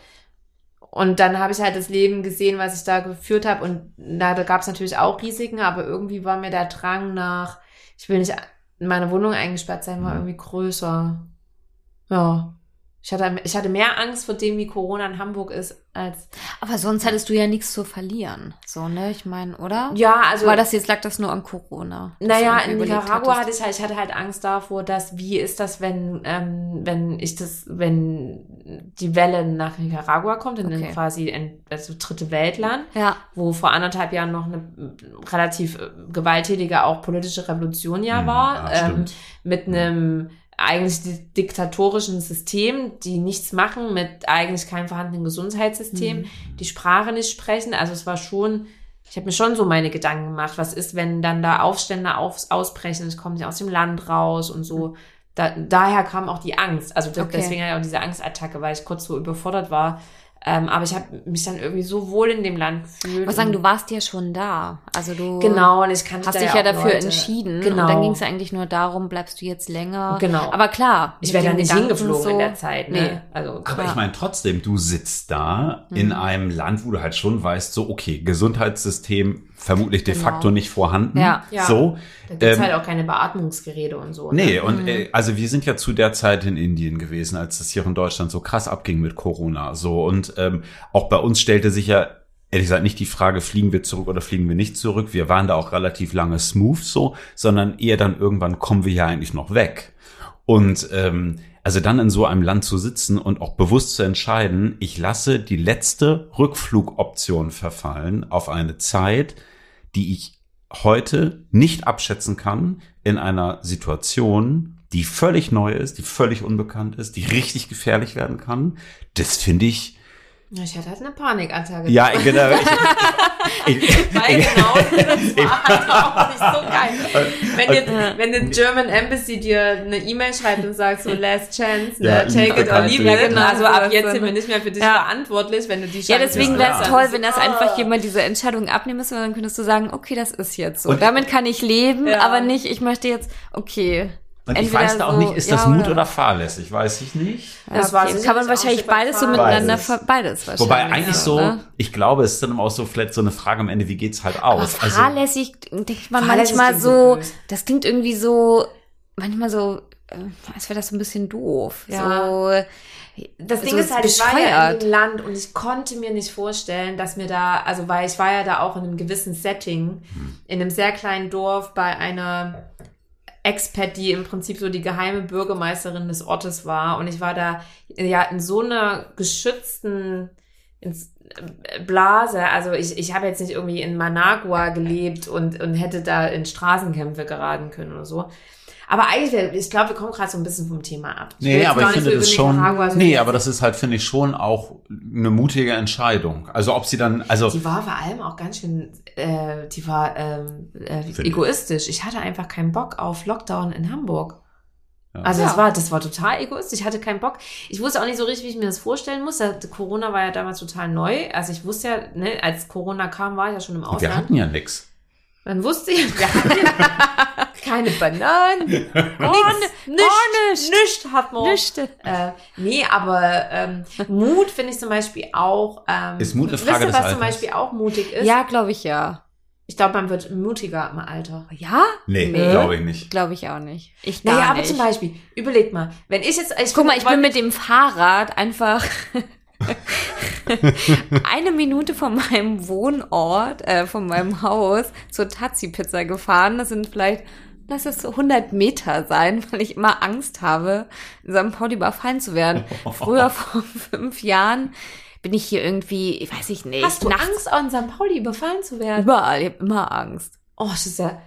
C: Und dann habe ich halt das Leben gesehen, was ich da geführt habe. Und na, da gab es natürlich auch Risiken, aber irgendwie war mir der Drang nach, ich will nicht in meiner Wohnung eingesperrt sein, war irgendwie größer. Ja. Ich hatte, ich hatte mehr Angst vor dem, wie Corona in Hamburg ist, als.
D: Aber sonst hattest du ja nichts zu verlieren. So, ne? Ich meine, oder?
C: Ja, also.
D: War das jetzt, lag das nur an Corona? dass
C: Naja,
D: du irgendwie
C: in
D: überlegt
C: Nicaragua
D: hattest?
C: hatte ich halt, ich hatte halt Angst davor, dass wie ist das, wenn, ähm, wenn ich das, wenn die Welle nach Nicaragua kommt, in
D: Okay.
C: quasi ein, also dritte Weltland,
D: Ja,
C: wo vor anderthalb Jahren noch eine äh, relativ äh, gewalttätige, auch politische Revolution ja
B: Hm,
C: war,
B: ah,
C: ähm,
B: stimmt.
C: mit einem eigentlich di- diktatorischen System, die nichts machen, mit eigentlich keinem vorhandenen Gesundheitssystem,
D: Mhm.
C: die Sprache nicht sprechen. Also es war schon, ich habe mir schon so meine Gedanken gemacht, was ist, wenn dann da Aufstände auf, ausbrechen, ich komme nicht aus dem Land raus und so. Da, daher kam auch die Angst. Also de-
D: Mhm. Okay.
C: deswegen ja auch diese Angstattacke, weil ich kurz so überfordert war. Ähm, aber ich habe mich dann irgendwie so wohl in dem Land gefühlt.
D: Ich muss sagen,
C: und-
D: du warst ja schon da. Also du
C: Genau, und ich kannte
D: hast
C: da
D: dich ja
C: auch
D: dafür
C: Leute.
D: entschieden.
C: Genau.
D: Und dann ging es ja eigentlich nur darum, bleibst du jetzt länger.
C: Genau.
D: Aber klar.
C: ich
D: mit
C: wäre da
D: den
C: nicht
D: Gedanken
C: hingeflogen
D: so-
C: in der Zeit. Ne?
D: Nee.
C: Also,
B: Aber
D: Ja.
B: ich meine trotzdem, du sitzt da
C: Mhm.
B: in einem Land, wo du halt schon weißt, so okay, Gesundheitssystem vermutlich de
D: Genau.
B: facto nicht vorhanden.
D: Ja.
C: Ja.
B: So.
C: da gibt's
B: ähm,
C: halt auch keine Beatmungsgeräte und so.
B: Nee,
C: ne?
B: und äh, also wir sind ja zu der Zeit in Indien gewesen, als das hier in Deutschland so krass abging mit Corona. So und ähm, auch bei uns stellte sich ja ehrlich gesagt nicht die Frage, fliegen wir zurück oder fliegen wir nicht zurück. Wir waren da auch relativ lange smooth so, sondern eher dann irgendwann kommen wir ja eigentlich noch weg. Und ähm, also dann in so einem Land zu sitzen und auch bewusst zu entscheiden, ich lasse die letzte Rückflugoption verfallen auf eine Zeit, die ich heute nicht abschätzen kann in einer Situation, die völlig neu ist, die völlig unbekannt ist, die richtig gefährlich werden kann. Das finde ich.
C: Ja, Ich hatte halt eine Panikattacke.
B: Ja,
C: (laughs)
B: genau. Ich, ich, ich,
C: Weil genau das war halt auch nicht so (laughs) geil. Wenn dir, wenn die German Embassy dir eine E-Mail schreibt und sagt so last chance,
B: Ja,
C: ne, take it or
B: leave
C: leave
B: it.
C: it,
D: Genau,
C: also
D: so
C: ab
D: was
C: jetzt
D: dann.
C: sind wir nicht mehr für dich verantwortlich, wenn du die
D: Ja,
C: Chance
D: deswegen
B: Ja.
D: wäre es
B: Ja.
D: toll, wenn das einfach jemand diese Entscheidung abnehmen müsste und dann könntest du sagen, okay, das ist jetzt so.
B: Und-
D: Damit kann ich leben,
C: Ja.
D: aber nicht, ich möchte jetzt, okay.
B: und ich
D: entweder
B: weiß da auch
D: so,
B: nicht, ist
D: ja,
B: das Mut
D: oder-
B: oder fahrlässig, weiß ich nicht.
C: Das war sicherlich
D: kann man
C: auch
D: wahrscheinlich
C: super
D: beides so
C: fahrlässig.
D: miteinander,
B: Beides.
D: ver- beides wahrscheinlich.
B: Wobei eigentlich so,
D: ne?
B: ich glaube, es ist dann immer auch so vielleicht so eine Frage am Ende, wie geht's halt
D: Aber
B: aus? Also,
D: fahrlässig denkt man
C: Fahrlässig
D: manchmal
C: klingt
D: so,
C: Ah. so blöd.
D: das klingt irgendwie so, manchmal so, äh, als wäre das so ein bisschen doof.
C: Ja.
D: So,
C: Das
B: Also
D: so
C: Ding ist halt, ich war ja in
D: bescheuert.
C: dem Land und ich konnte mir nicht vorstellen, dass mir da, also weil ich war ja da auch in einem gewissen Setting,
B: Hm.
C: in einem sehr kleinen Dorf bei einer Expat, die im Prinzip so die geheime Bürgermeisterin des Ortes war und ich war da ja in so einer geschützten ins- äh, Blase, also ich, ich habe jetzt nicht irgendwie in Managua gelebt und, und hätte da in Straßenkämpfe geraten können oder so. Aber eigentlich, wär- ich glaube, wir kommen gerade so ein bisschen vom Thema ab. will
B: nee,
C: jetzt
B: aber
C: gar
B: ich
C: nicht
B: finde
C: so
B: das
C: über
B: schon.
C: Nicaragua so
B: Nee, aber das ist halt, finde ich, schon auch eine mutige Entscheidung. Also ob sie dann, also
C: Die war vor allem auch ganz schön, äh, die war ähm, äh,
B: Finde ich.
C: egoistisch. Ich hatte einfach keinen Bock auf Lockdown in Hamburg.
B: Ja.
C: Also
D: Ja.
C: das war, das war total egoistisch. Ich hatte keinen Bock. Ich wusste auch nicht so richtig, wie ich mir das vorstellen muss. Da- Corona war ja damals total neu. Also ich wusste ja, ne, als Corona kam, war ich ja schon im
B: wir
C: Ausland.
B: hatten ja nix.
C: Dann wusste ich, wir hatten
D: (laughs)
C: keine Bananen, nichts, nichts, nichts hat man.
D: Nischte.
C: Äh, nee, aber ähm, Mut finde ich zum Beispiel auch. Ähm,
B: Ist Mut eine Frage
C: wisst ihr,
B: des
C: was zum
B: Alters?
C: Beispiel auch mutig ist?
D: Ja, glaube ich ja.
C: Ich glaube, man wird mutiger im Alter.
D: Ja?
B: Nee,
C: Nee.
B: glaube ich nicht.
D: Glaube ich auch nicht. Ich gar
C: Naja, aber
D: nicht.
C: zum Beispiel, überleg mal, wenn ich jetzt. Ich
D: Guck mal, ich bin
C: wollte-
D: mit dem Fahrrad einfach (laughs) eine Minute von meinem Wohnort, äh, von meinem Haus zur Tazi-Pizza gefahren. Das sind vielleicht, lass es so 100 Meter sein, weil ich immer Angst habe, in St. Pauli überfallen
C: (laughs)
D: zu werden. Früher vor fünf Jahren bin ich hier irgendwie, ich weiß ich nicht,
C: Hast du
D: nachts
C: Angst, an St. Pauli überfallen zu werden?
D: überall, ich habe immer Angst.
C: Oh, das ist ja.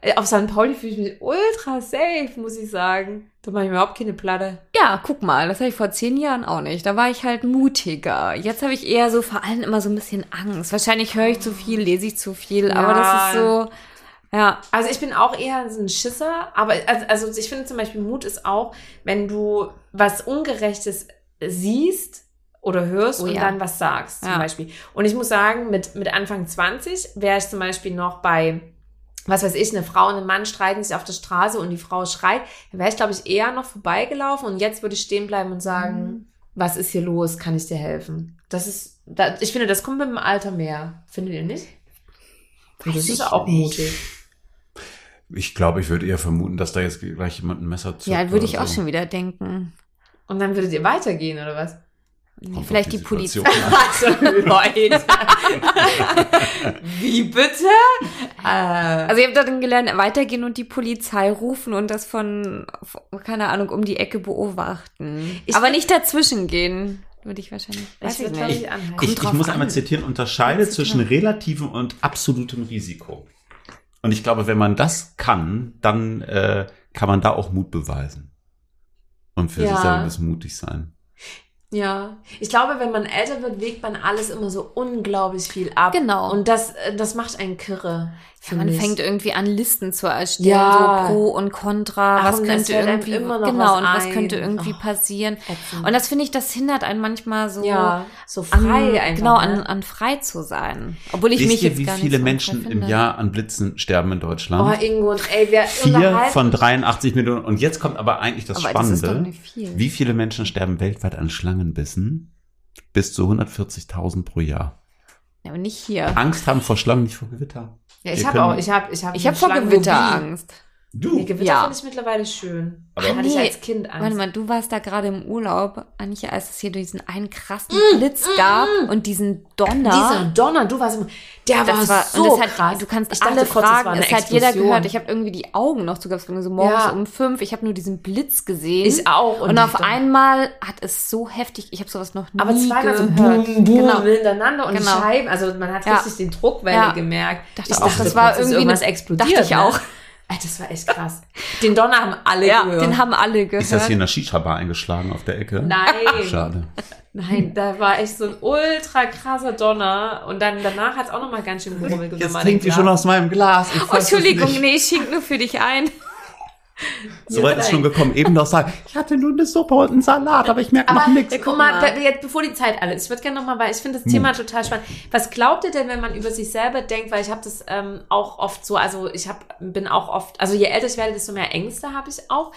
C: äh, Auf St. Pauli fühle ich mich ultra safe, muss ich sagen. Da mache ich mir überhaupt keine Platte.
D: Ja, guck mal, das hatte ich vor zehn Jahren auch nicht. Da war ich halt mutiger. Jetzt habe ich eher so vor allem immer so ein bisschen Angst. Wahrscheinlich höre ich zu viel, lese ich zu viel, aber
C: Ja.
D: das ist so, ja,
C: Also ich bin auch eher so ein Schisser, aber also, also ich finde zum Beispiel Mut ist auch, wenn du was Ungerechtes siehst oder hörst
D: Oh
C: und
D: ja.
C: dann was sagst zum
D: Ja.
C: Beispiel. Und ich muss sagen, mit, mit Anfang 20 wäre ich zum Beispiel noch bei, was weiß ich, eine Frau und ein Mann streiten sich auf der Straße und die Frau schreit, dann wäre ich glaube ich eher noch vorbeigelaufen und jetzt würde ich stehen bleiben und sagen,
D: Mhm.
C: was ist hier los, kann ich dir helfen? Das ist, da, ich finde, das kommt mit dem Alter mehr. Findet ihr nicht? Und das ist
D: Weiß ich
C: auch
D: nicht.
C: mutig.
B: Ich glaube, ich würde eher vermuten, dass da jetzt gleich jemand ein Messer zückt.
D: ja, würde ich
B: oder
D: auch
B: so.
D: schon wieder denken.
C: Und dann würdet ihr weitergehen, oder was?
B: Kommt
D: Vielleicht
B: auf
D: die, Polizei.
B: Situation an.
C: Also,
D: (laughs)
C: Leute. Wie (laughs) bitte? Äh,
D: Also ich habe da dann gelernt, weitergehen und die Polizei rufen und das von, von- keine Ahnung, um die Ecke beobachten.
C: Ich-
D: aber nicht dazwischen gehen, würde ich wahrscheinlich. Weiß ich
C: würd,
D: nicht.
C: glaub anhalten.
B: Ich, ich
D: drauf
B: muss
D: an.
B: einmal zitieren, unterscheide zwischen relativem und absolutem Risiko. Und ich glaube, wenn man das kann, dann äh, kann man da auch Mut beweisen. Und für
C: Ja.
B: sich selber ein bisschen mutig sein.
D: Hm,
C: ja. Ich glaube, wenn man älter wird, wägt man alles immer so unglaublich viel ab.
D: Genau.
C: Und das, äh, das macht einen kirre.
D: Ja, man
C: Finde ich.
D: fängt irgendwie an, Listen zu erstellen,
C: Ja.
D: so Pro und Contra,
C: Ach,
D: was
C: und
D: könnte
C: das fällt einem
D: irgendwie,
C: immer noch
D: genau,
C: was
D: und was
C: ein.
D: könnte irgendwie
C: Oh.
D: passieren.
C: Ätzend.
D: Und das finde ich, das hindert einen manchmal so,
C: ja, so
D: an,
C: frei einfach.
D: genau,
C: ne?
D: an, an frei zu sein. Obwohl ich
B: Wisst
D: mich
B: ihr,
D: jetzt
B: wie
D: gar nicht
B: viele
D: so ne?
B: Menschen
D: frei
B: im
D: finde?
B: Jahr an Blitzen sterben in Deutschland?
C: Oh, Ingo und ey, wir
B: Vier
C: unterhalten-
B: von 83 Millionen. Und jetzt kommt aber eigentlich das
D: Aber das
B: Spannende.
D: ist doch nicht viel.
B: Wie viele Menschen sterben weltweit an Schlangenbissen? Bis zu 140.000 pro Jahr.
D: Ja, aber nicht hier.
B: Angst haben vor Schlangen, nicht vor Gewitter.
C: Ja,
B: Wir
C: ich habe
B: können-
C: auch, ich habe, ich habe.
D: Ich habe vor Gewitter Angst.
C: Nee,
B: Du!
C: Gewitter
D: Ja.
C: finde ich mittlerweile schön.
B: Aber-
C: Hatte ich
D: Nee,
C: als Kind Angst.
D: Warte mal, du warst da gerade im Urlaub, Anche, als es hier diesen einen krassen Blitz gab und diesen Donner.
C: Mm, Dieser Donner, du warst immer, der war,
D: das war,
C: so
D: und das hat,
C: krass.
D: Du kannst
C: Ich dachte
D: alle
C: kurz, es war
D: fragen,
C: eine
D: es hat jeder
C: Explosion.
D: gehört. Ich habe irgendwie die Augen noch zugehört, irgendwie so morgens
C: Ja.
D: um fünf. Ich habe nur diesen Blitz gesehen.
C: ich auch.
D: Und, auf einmal hat es so heftig, ich habe sowas noch nie
C: Aber zweimal
D: gehört.
C: so boom, boom
D: genau.
C: hintereinander und
D: Genau.
C: Scheiben. Also man hat
D: Ja.
C: richtig den Druckwelle
D: Ja.
C: gemerkt.
D: Dachte auch, das war
C: kurz, ist
D: irgendwie
C: irgendwas
D: eine-
C: explodiert.
D: dachte ich
C: ne?
D: auch.
C: Ey, Das war echt krass. Den Donner haben alle
D: Ja,
C: gehört.
D: den haben alle gehört.
B: Ist das hier in der Shisha-Bar eingeschlagen auf der Ecke?
C: Nein.
B: Schade.
C: Nein, da war echt so ein ultra krasser Donner. Und dann danach hat es auch nochmal ganz schön gerummelt. wenn
B: Jetzt
C: man
B: trinkt
C: den
B: ihr schon
C: Glas-
B: aus meinem Glas. Ich
D: oh,
B: fass es
D: Entschuldigung,
B: nicht.
D: nee, ich schink nur für dich ein.
B: So weit ist schon gekommen. Eben noch sagen, ich hatte nur eine Suppe und einen Salat, aber ich merke noch
C: Aber äh,
B: nichts.
C: guck mal, be- jetzt, bevor die Zeit alle ist, ich würde gerne nochmal, weil ich finde das Thema total spannend. Was glaubt ihr denn, wenn man über sich selber denkt? Weil ich habe das ähm, auch oft so, also ich hab, bin auch oft, also je älter ich werde, desto mehr Ängste habe ich auch.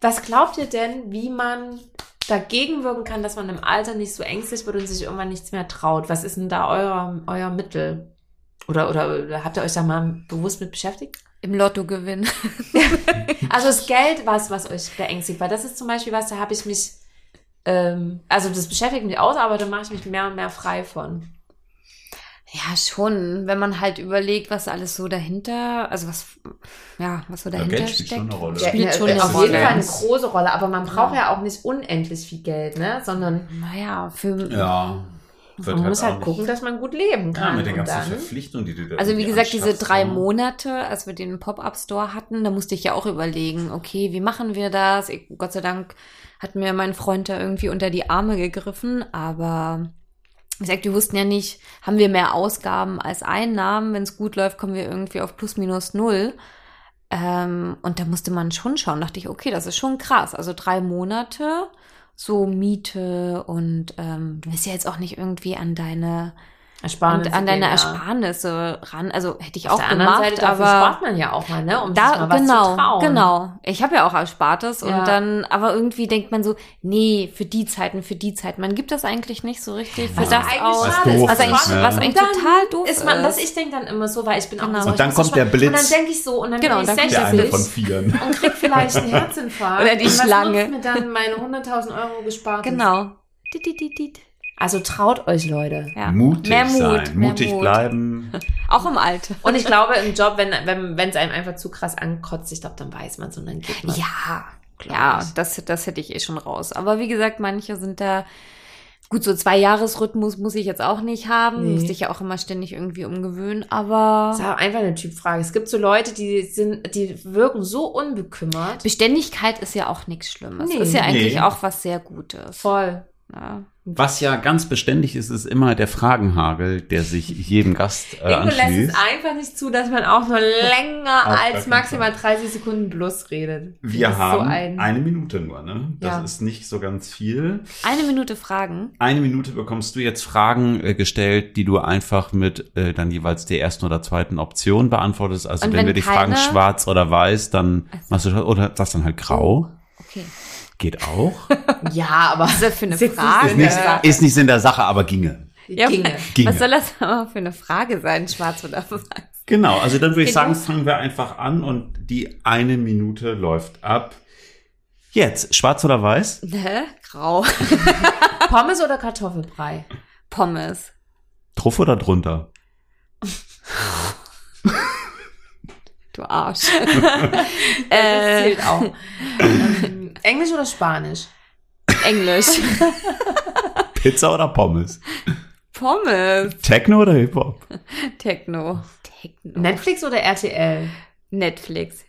C: Was glaubt ihr denn, wie man dagegen wirken kann, dass man im Alter nicht so ängstlich wird und sich irgendwann nichts mehr traut? Was ist denn da euer, euer Mittel? Oder, oder habt ihr euch da mal bewusst mit beschäftigt?
D: Im Lotto gewinnen.
C: Also das Geld war es, was euch beängstigt, weil das ist zum Beispiel was, da habe ich mich, ähm, also das beschäftigt mich aus, aber da mache ich mich mehr und mehr frei von.
D: Ja, schon. Wenn man halt überlegt, was alles so dahinter, also was, ja, was so dahinter
B: Geld spielt
D: steckt.
B: schon eine Rolle.
D: Spielt schon eine
C: auf
D: Rolle.
C: jeden Fall eine große Rolle, aber man braucht ja auch nicht unendlich viel Geld, ne? Sondern
D: Naja, für,
B: Ja. Wird
C: man muss
B: auch
C: halt
B: nicht-
C: gucken, dass man gut leben
B: Ja,
C: kann.
B: mit den
C: und
B: ganzen
C: dann,
B: Verpflichtungen, die du da
D: Also wie
B: irgendwie
D: gesagt, diese
B: anschaffst,
D: drei
B: ne?
D: Monate, als wir den Pop-Up-Store hatten, da musste ich ja auch überlegen, okay, wie machen wir das? Ich, Gott sei Dank hat mir mein Freund da irgendwie unter die Arme gegriffen, aber wie gesagt, wir wussten ja nicht, haben wir mehr Ausgaben als Einnahmen? Wenn es gut läuft, kommen wir irgendwie auf plus minus null. Ähm, und da musste man schon schauen, dachte ich, okay, das ist schon krass. Also drei Monate, so Miete und ähm, du bist ja jetzt auch nicht irgendwie an deine
C: Ersparnisse
D: und an deine
C: gehen, ja.
D: Ersparnisse ran. Also hätte ich
C: Auf
D: auch
C: der anderen
D: gemacht,
C: Seite dafür
D: aber
C: spart man ja auch mal, ne? Um sich
D: da
C: mal was
D: genau,
C: zu trauen.
D: genau. Ich habe ja auch Erspartes
C: Ja.
D: und dann, aber irgendwie denkt man so, nee, für die Zeiten, für die Zeit. Man gibt das eigentlich nicht so richtig für
C: Was
D: das
C: Also eigentlich
D: aus,
B: schade
D: was,
B: ist,
D: was
B: ne?
D: eigentlich, was
B: Und
D: eigentlich
C: dann
D: total doof
C: Ist man, das ich denke dann immer so, weil ich bin auch
D: Genau.
C: so,
D: Und
C: ich
B: dann
C: muss so
B: kommt der
C: sparen. Und
B: Blitz.
C: dann denke ich so, und dann
D: Genau,
C: bin ich
D: und dann kommt
B: Der
C: 60
B: eine von vieren.
C: und krieg vielleicht
D: (laughs)
C: einen Herzinfarkt.
D: Oder die
C: und was
D: Schlange.
C: nutzt mir dann meine 100.000 Euro gespart.
D: Genau. Dit, dit, dit, dit.
C: Also traut euch, Leute.
D: Ja.
B: Mutig
D: mehr Mut,
B: sein,
D: mehr
B: mutig
D: Mut.
B: bleiben.
D: Auch im Alter.
C: Und ich glaube, im Job, wenn wenn wenn, es einem einfach zu krass ankotzt, ich glaube, dann weiß man es und dann geht man.
D: Ja,
C: glaub
D: ja,
C: ich.
D: das, das hätte ich eh schon raus. Aber wie gesagt, manche sind da. Gut, so zwei Jahresrhythmus muss ich jetzt auch nicht haben.
C: Nee.
D: Musste ich ja auch immer ständig irgendwie umgewöhnen, aber
C: Das ist auch einfach eine Typfrage. Es gibt so Leute, die sind, die wirken so unbekümmert.
D: Beständigkeit ist ja auch nichts Schlimmes.
C: Nee.
D: Ist ja eigentlich
B: Nee.
D: auch was sehr Gutes. ne?
C: Voll.
D: Ja.
B: Was ja ganz beständig ist, ist immer der Fragenhagel, der sich jedem Gast äh,
C: Ingo lässt
B: anschließt.
C: es einfach nicht zu, dass man auch nur länger
B: Auf gar
C: als
B: keinen
C: maximal 30 Sekunden plus redet.
B: Wir
C: Das ist
B: haben
C: so ein,
B: eine Minute nur, ne? Das
C: Ja.
B: ist nicht so ganz viel.
D: Eine Minute Fragen.
B: Eine Minute bekommst du jetzt Fragen äh, gestellt, die du einfach mit äh, dann jeweils der ersten oder zweiten Option beantwortest. Also
D: Und
B: wenn,
D: wenn
B: wir dich
D: keine-
B: fragen, schwarz oder weiß, dann
C: Also-
B: machst du schwarz oder sagst dann halt grau.
D: Okay.
B: Geht
C: (laughs)
B: auch.
C: Ja, aber
D: Was ist das für eine
C: Sitzt nicht
D: Frage?
B: ist, nicht,
C: Ja.
B: ist nicht Sinn der Sache, aber ginge.
D: Ja,
C: Ginge.
B: Ginge.
D: Was soll das aber für eine Frage sein, schwarz oder weiß?
B: Genau, also dann würde ich
D: Geht
B: sagen,
D: los?
B: fangen wir einfach an und die eine Minute läuft ab. Jetzt, schwarz oder weiß?
D: Ne? Grau.
C: (laughs) Pommes oder Kartoffelbrei?
D: Pommes.
B: Drauf oder drunter?
D: Du Arsch.
C: Das
D: äh,
C: zählt (laughs) auch. ähm, Englisch oder Spanisch?
D: Englisch.
B: Pizza oder Pommes?
D: Pommes.
B: Techno oder Hip-Hop?
D: Techno. Techno.
C: Netflix oder RTL?
D: Netflix.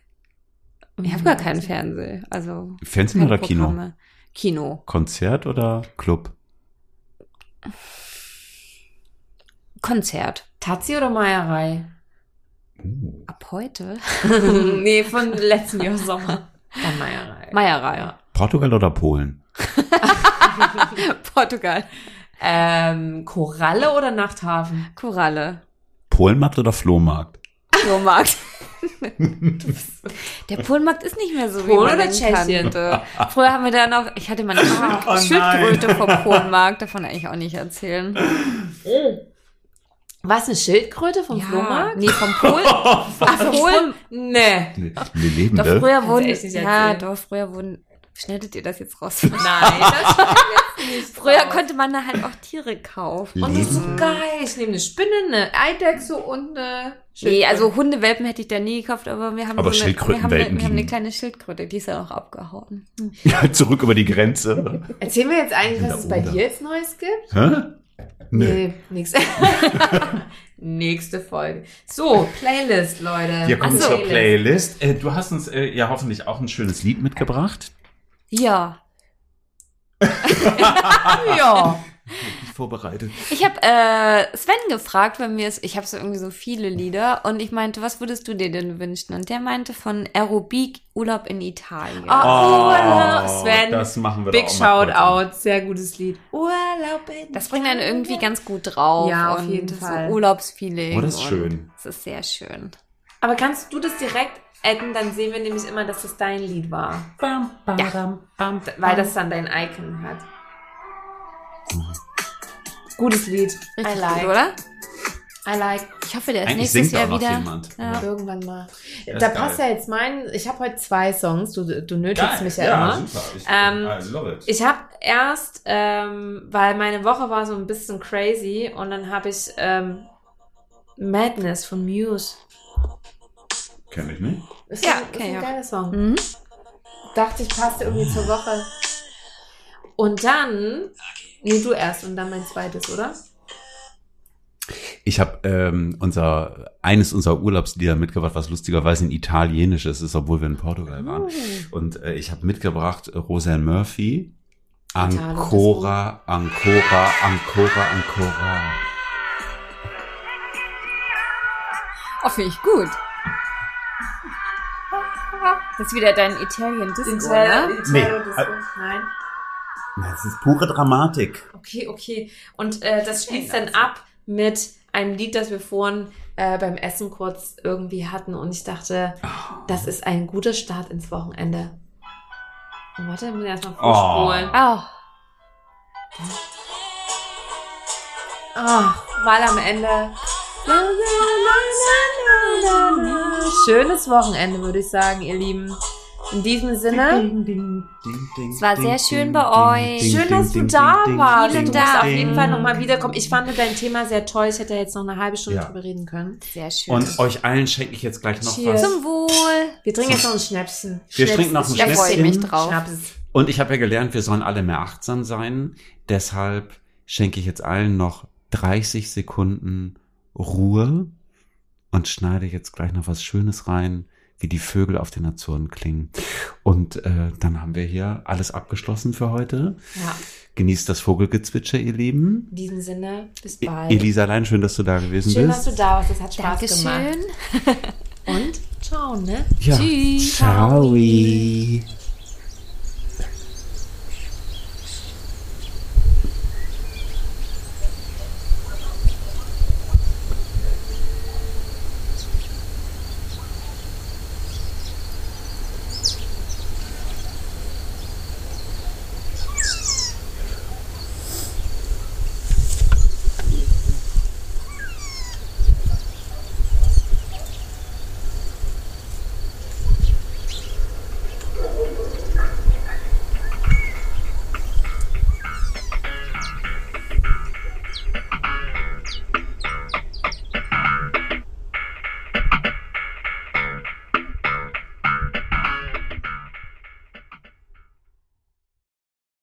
D: Ich habe gar keinen Fernseher. Also
B: Fernsehen
D: keine
B: oder Kino?
D: Programme. Kino.
B: Konzert oder Club?
D: Konzert.
C: Taxi oder Meierei?
B: Uh,
D: Ab heute?
C: (laughs)
D: (laughs)
C: nee, von letzten Jahr Sommer. Bei Meierei.
D: Meierei.
B: Portugal oder Polen?
D: Portugal.
C: Ähm, Koralle oder Nachthafen?
D: Koralle.
B: Polenmarkt oder Flohmarkt?
D: Flohmarkt. (laughs) Der Polenmarkt ist nicht mehr so wie
C: Polen oder
D: man Oh ihn (laughs)
C: Tschechien?
D: kannte. Früher haben wir da noch, ich hatte mal eine Schildkrö-
B: nein.
D: Schildkröte (laughs) vom Polenmarkt, davon eigentlich auch nicht erzählen.
C: Was, eine Schildkröte vom
D: Ja,
C: Flohmarkt?
D: Nee, vom Polen. Ach, (laughs) vom Polen.
C: Nee.
B: Eine
D: Doch
B: lebende?
D: früher wurden,
C: echt nicht
D: ja,
C: erzählen.
D: doch früher wurden, schneidet ihr das jetzt raus? (laughs)
C: Nein, das ist (laughs) nicht
D: früher
C: drauf.
D: konnte man da halt auch Tiere
B: (laughs)
D: kaufen.
C: Und das ist so
B: Lebende?
C: geil. Ich nehme eine Spinne, eine Eidechse und eine Schildkröte.
D: Nee, also Hundewelpen hätte ich da nie gekauft, aber wir haben,
B: Aber
D: so eine, wir haben,
B: Schildkrötenwelpen
D: eine, wir haben eine
B: liegen.
D: kleine Schildkröte, die ist ja auch abgehauen.
B: Ja, halt zurück über die Grenze.
C: Erzähl mir jetzt eigentlich,
B: Na,
C: was es bei
B: oder?
C: dir jetzt Neues gibt.
B: Hä?
C: Nee, nix. (laughs) Nächste Folge. So, Playlist, Leute.
B: Wir kommen
D: Ach so.
B: zur Playlist. Äh, du hast uns äh, ja hoffentlich auch ein schönes Lied mitgebracht.
D: Ja.
C: Ja.
B: Vorbereitet.
D: Ich habe äh, Sven gefragt, weil mir ist, ich habe so irgendwie so viele Lieder und ich meinte, was würdest du dir denn wünschen? Und der meinte von Aerobik Urlaub in Italien.
C: Ah. Urlaub, Sven.
B: Das machen wir
C: Big
B: doch auch mal kurz an.
C: Shoutout. Sehr gutes Lied. Urlaub in
D: Das bringt einen irgendwie ganz gut drauf.
C: Ja, auf
D: und
C: jeden Fall.
D: So Urlaubsfeeling.
B: Oh, das ist
D: und
B: schön.
D: Das ist sehr schön.
C: Aber kannst du das direkt adden, dann sehen wir nämlich immer, dass das dein Lied war. D- Weil das dann dein Icon hat. Gutes Lied.
D: Richtig gut, oder?
C: I like.
D: Ich hoffe, der ist
B: Eigentlich singt
D: nächstes Jahr
B: auch noch
D: wieder.
B: jemand.
D: Ja.
C: Irgendwann mal.
B: Ja,
C: da
B: ist
C: passt ja jetzt mein. Ich habe heute zwei Songs. Du, du nötigst
B: Geil.
C: mich ja, immer.
B: super. Ich,
C: Ähm,
B: I love it.
C: Ich habe erst, ähm, weil meine Woche war so ein bisschen crazy und dann habe ich ähm, Madness von Muse.
B: Kenn ich nicht.
C: Ist
D: Ja,
C: ein, ist
D: kenn ich
C: ein
D: auch.
C: geiler Song.
D: Mhm.
C: Dachte ich, passte irgendwie zur Woche. Und dann, nee, du erst und dann mein zweites, oder?
B: Ich habe ähm, unser eines unserer Urlaubslieder mitgebracht, was lustigerweise ein italienisches ist, obwohl wir in Portugal waren.
C: Oh.
B: Und äh, ich habe mitgebracht äh, Roseanne Murphy. Ancora, ancora, ancora, ancora.
D: Oh, finde ich gut. Das ist wieder dein Italian Disco, ne?
B: Nee.
C: Nein.
B: Das ist pure Dramatik.
C: Okay, okay. Und äh, das schließt dann
D: also.
C: ab mit einem Lied, das wir vorhin äh, beim Essen kurz irgendwie hatten. Und ich dachte,
D: Oh.
C: das ist ein guter Start ins Wochenende. Und warte, ich muss erstmal vorspulen.
B: Oh.
D: Oh,
C: Ach, weil am Ende. Schönes Wochenende, würde ich sagen, ihr Lieben. In diesem Sinne.
D: Es war sehr schön bei euch.
C: Schön, dass du da warst.
D: ding,
C: Du
D: ding,
C: musst auf
D: ding.
C: jeden Fall nochmal wiederkommen. Ich fand dein Thema sehr toll. Ich hätte jetzt noch eine halbe Stunde
B: Ja.
C: drüber reden können.
D: sehr schön.
B: Und euch allen schenke ich jetzt gleich noch
C: Cheers.
B: was.
D: Zum Wohl.
C: Wir trinken jetzt noch ein Schnäpschen.
B: Wir trinken noch ein
D: Da freue ich mich
B: Schnäpschen.
D: drauf.
C: Schnaps.
B: Und ich habe ja gelernt, wir sollen alle mehr achtsam sein. Deshalb schenke ich jetzt allen noch 30 Sekunden Ruhe und schneide jetzt gleich noch was Schönes rein, wie die Vögel auf den Azoren klingen. Und äh, dann haben wir hier alles abgeschlossen für heute.
C: Ja,
B: Genießt das Vogelgezwitscher, ihr Lieben.
C: in diesem Sinne, bis
B: E-
C: bald.
B: Elisa, allein schön, dass du da gewesen
C: Schön, dass
B: bist.
C: du da warst. Das hat Spaß gemacht.
D: Dankeschön.
C: Und ciao, ne?
B: ja.
D: Tschüss.
B: Ciao.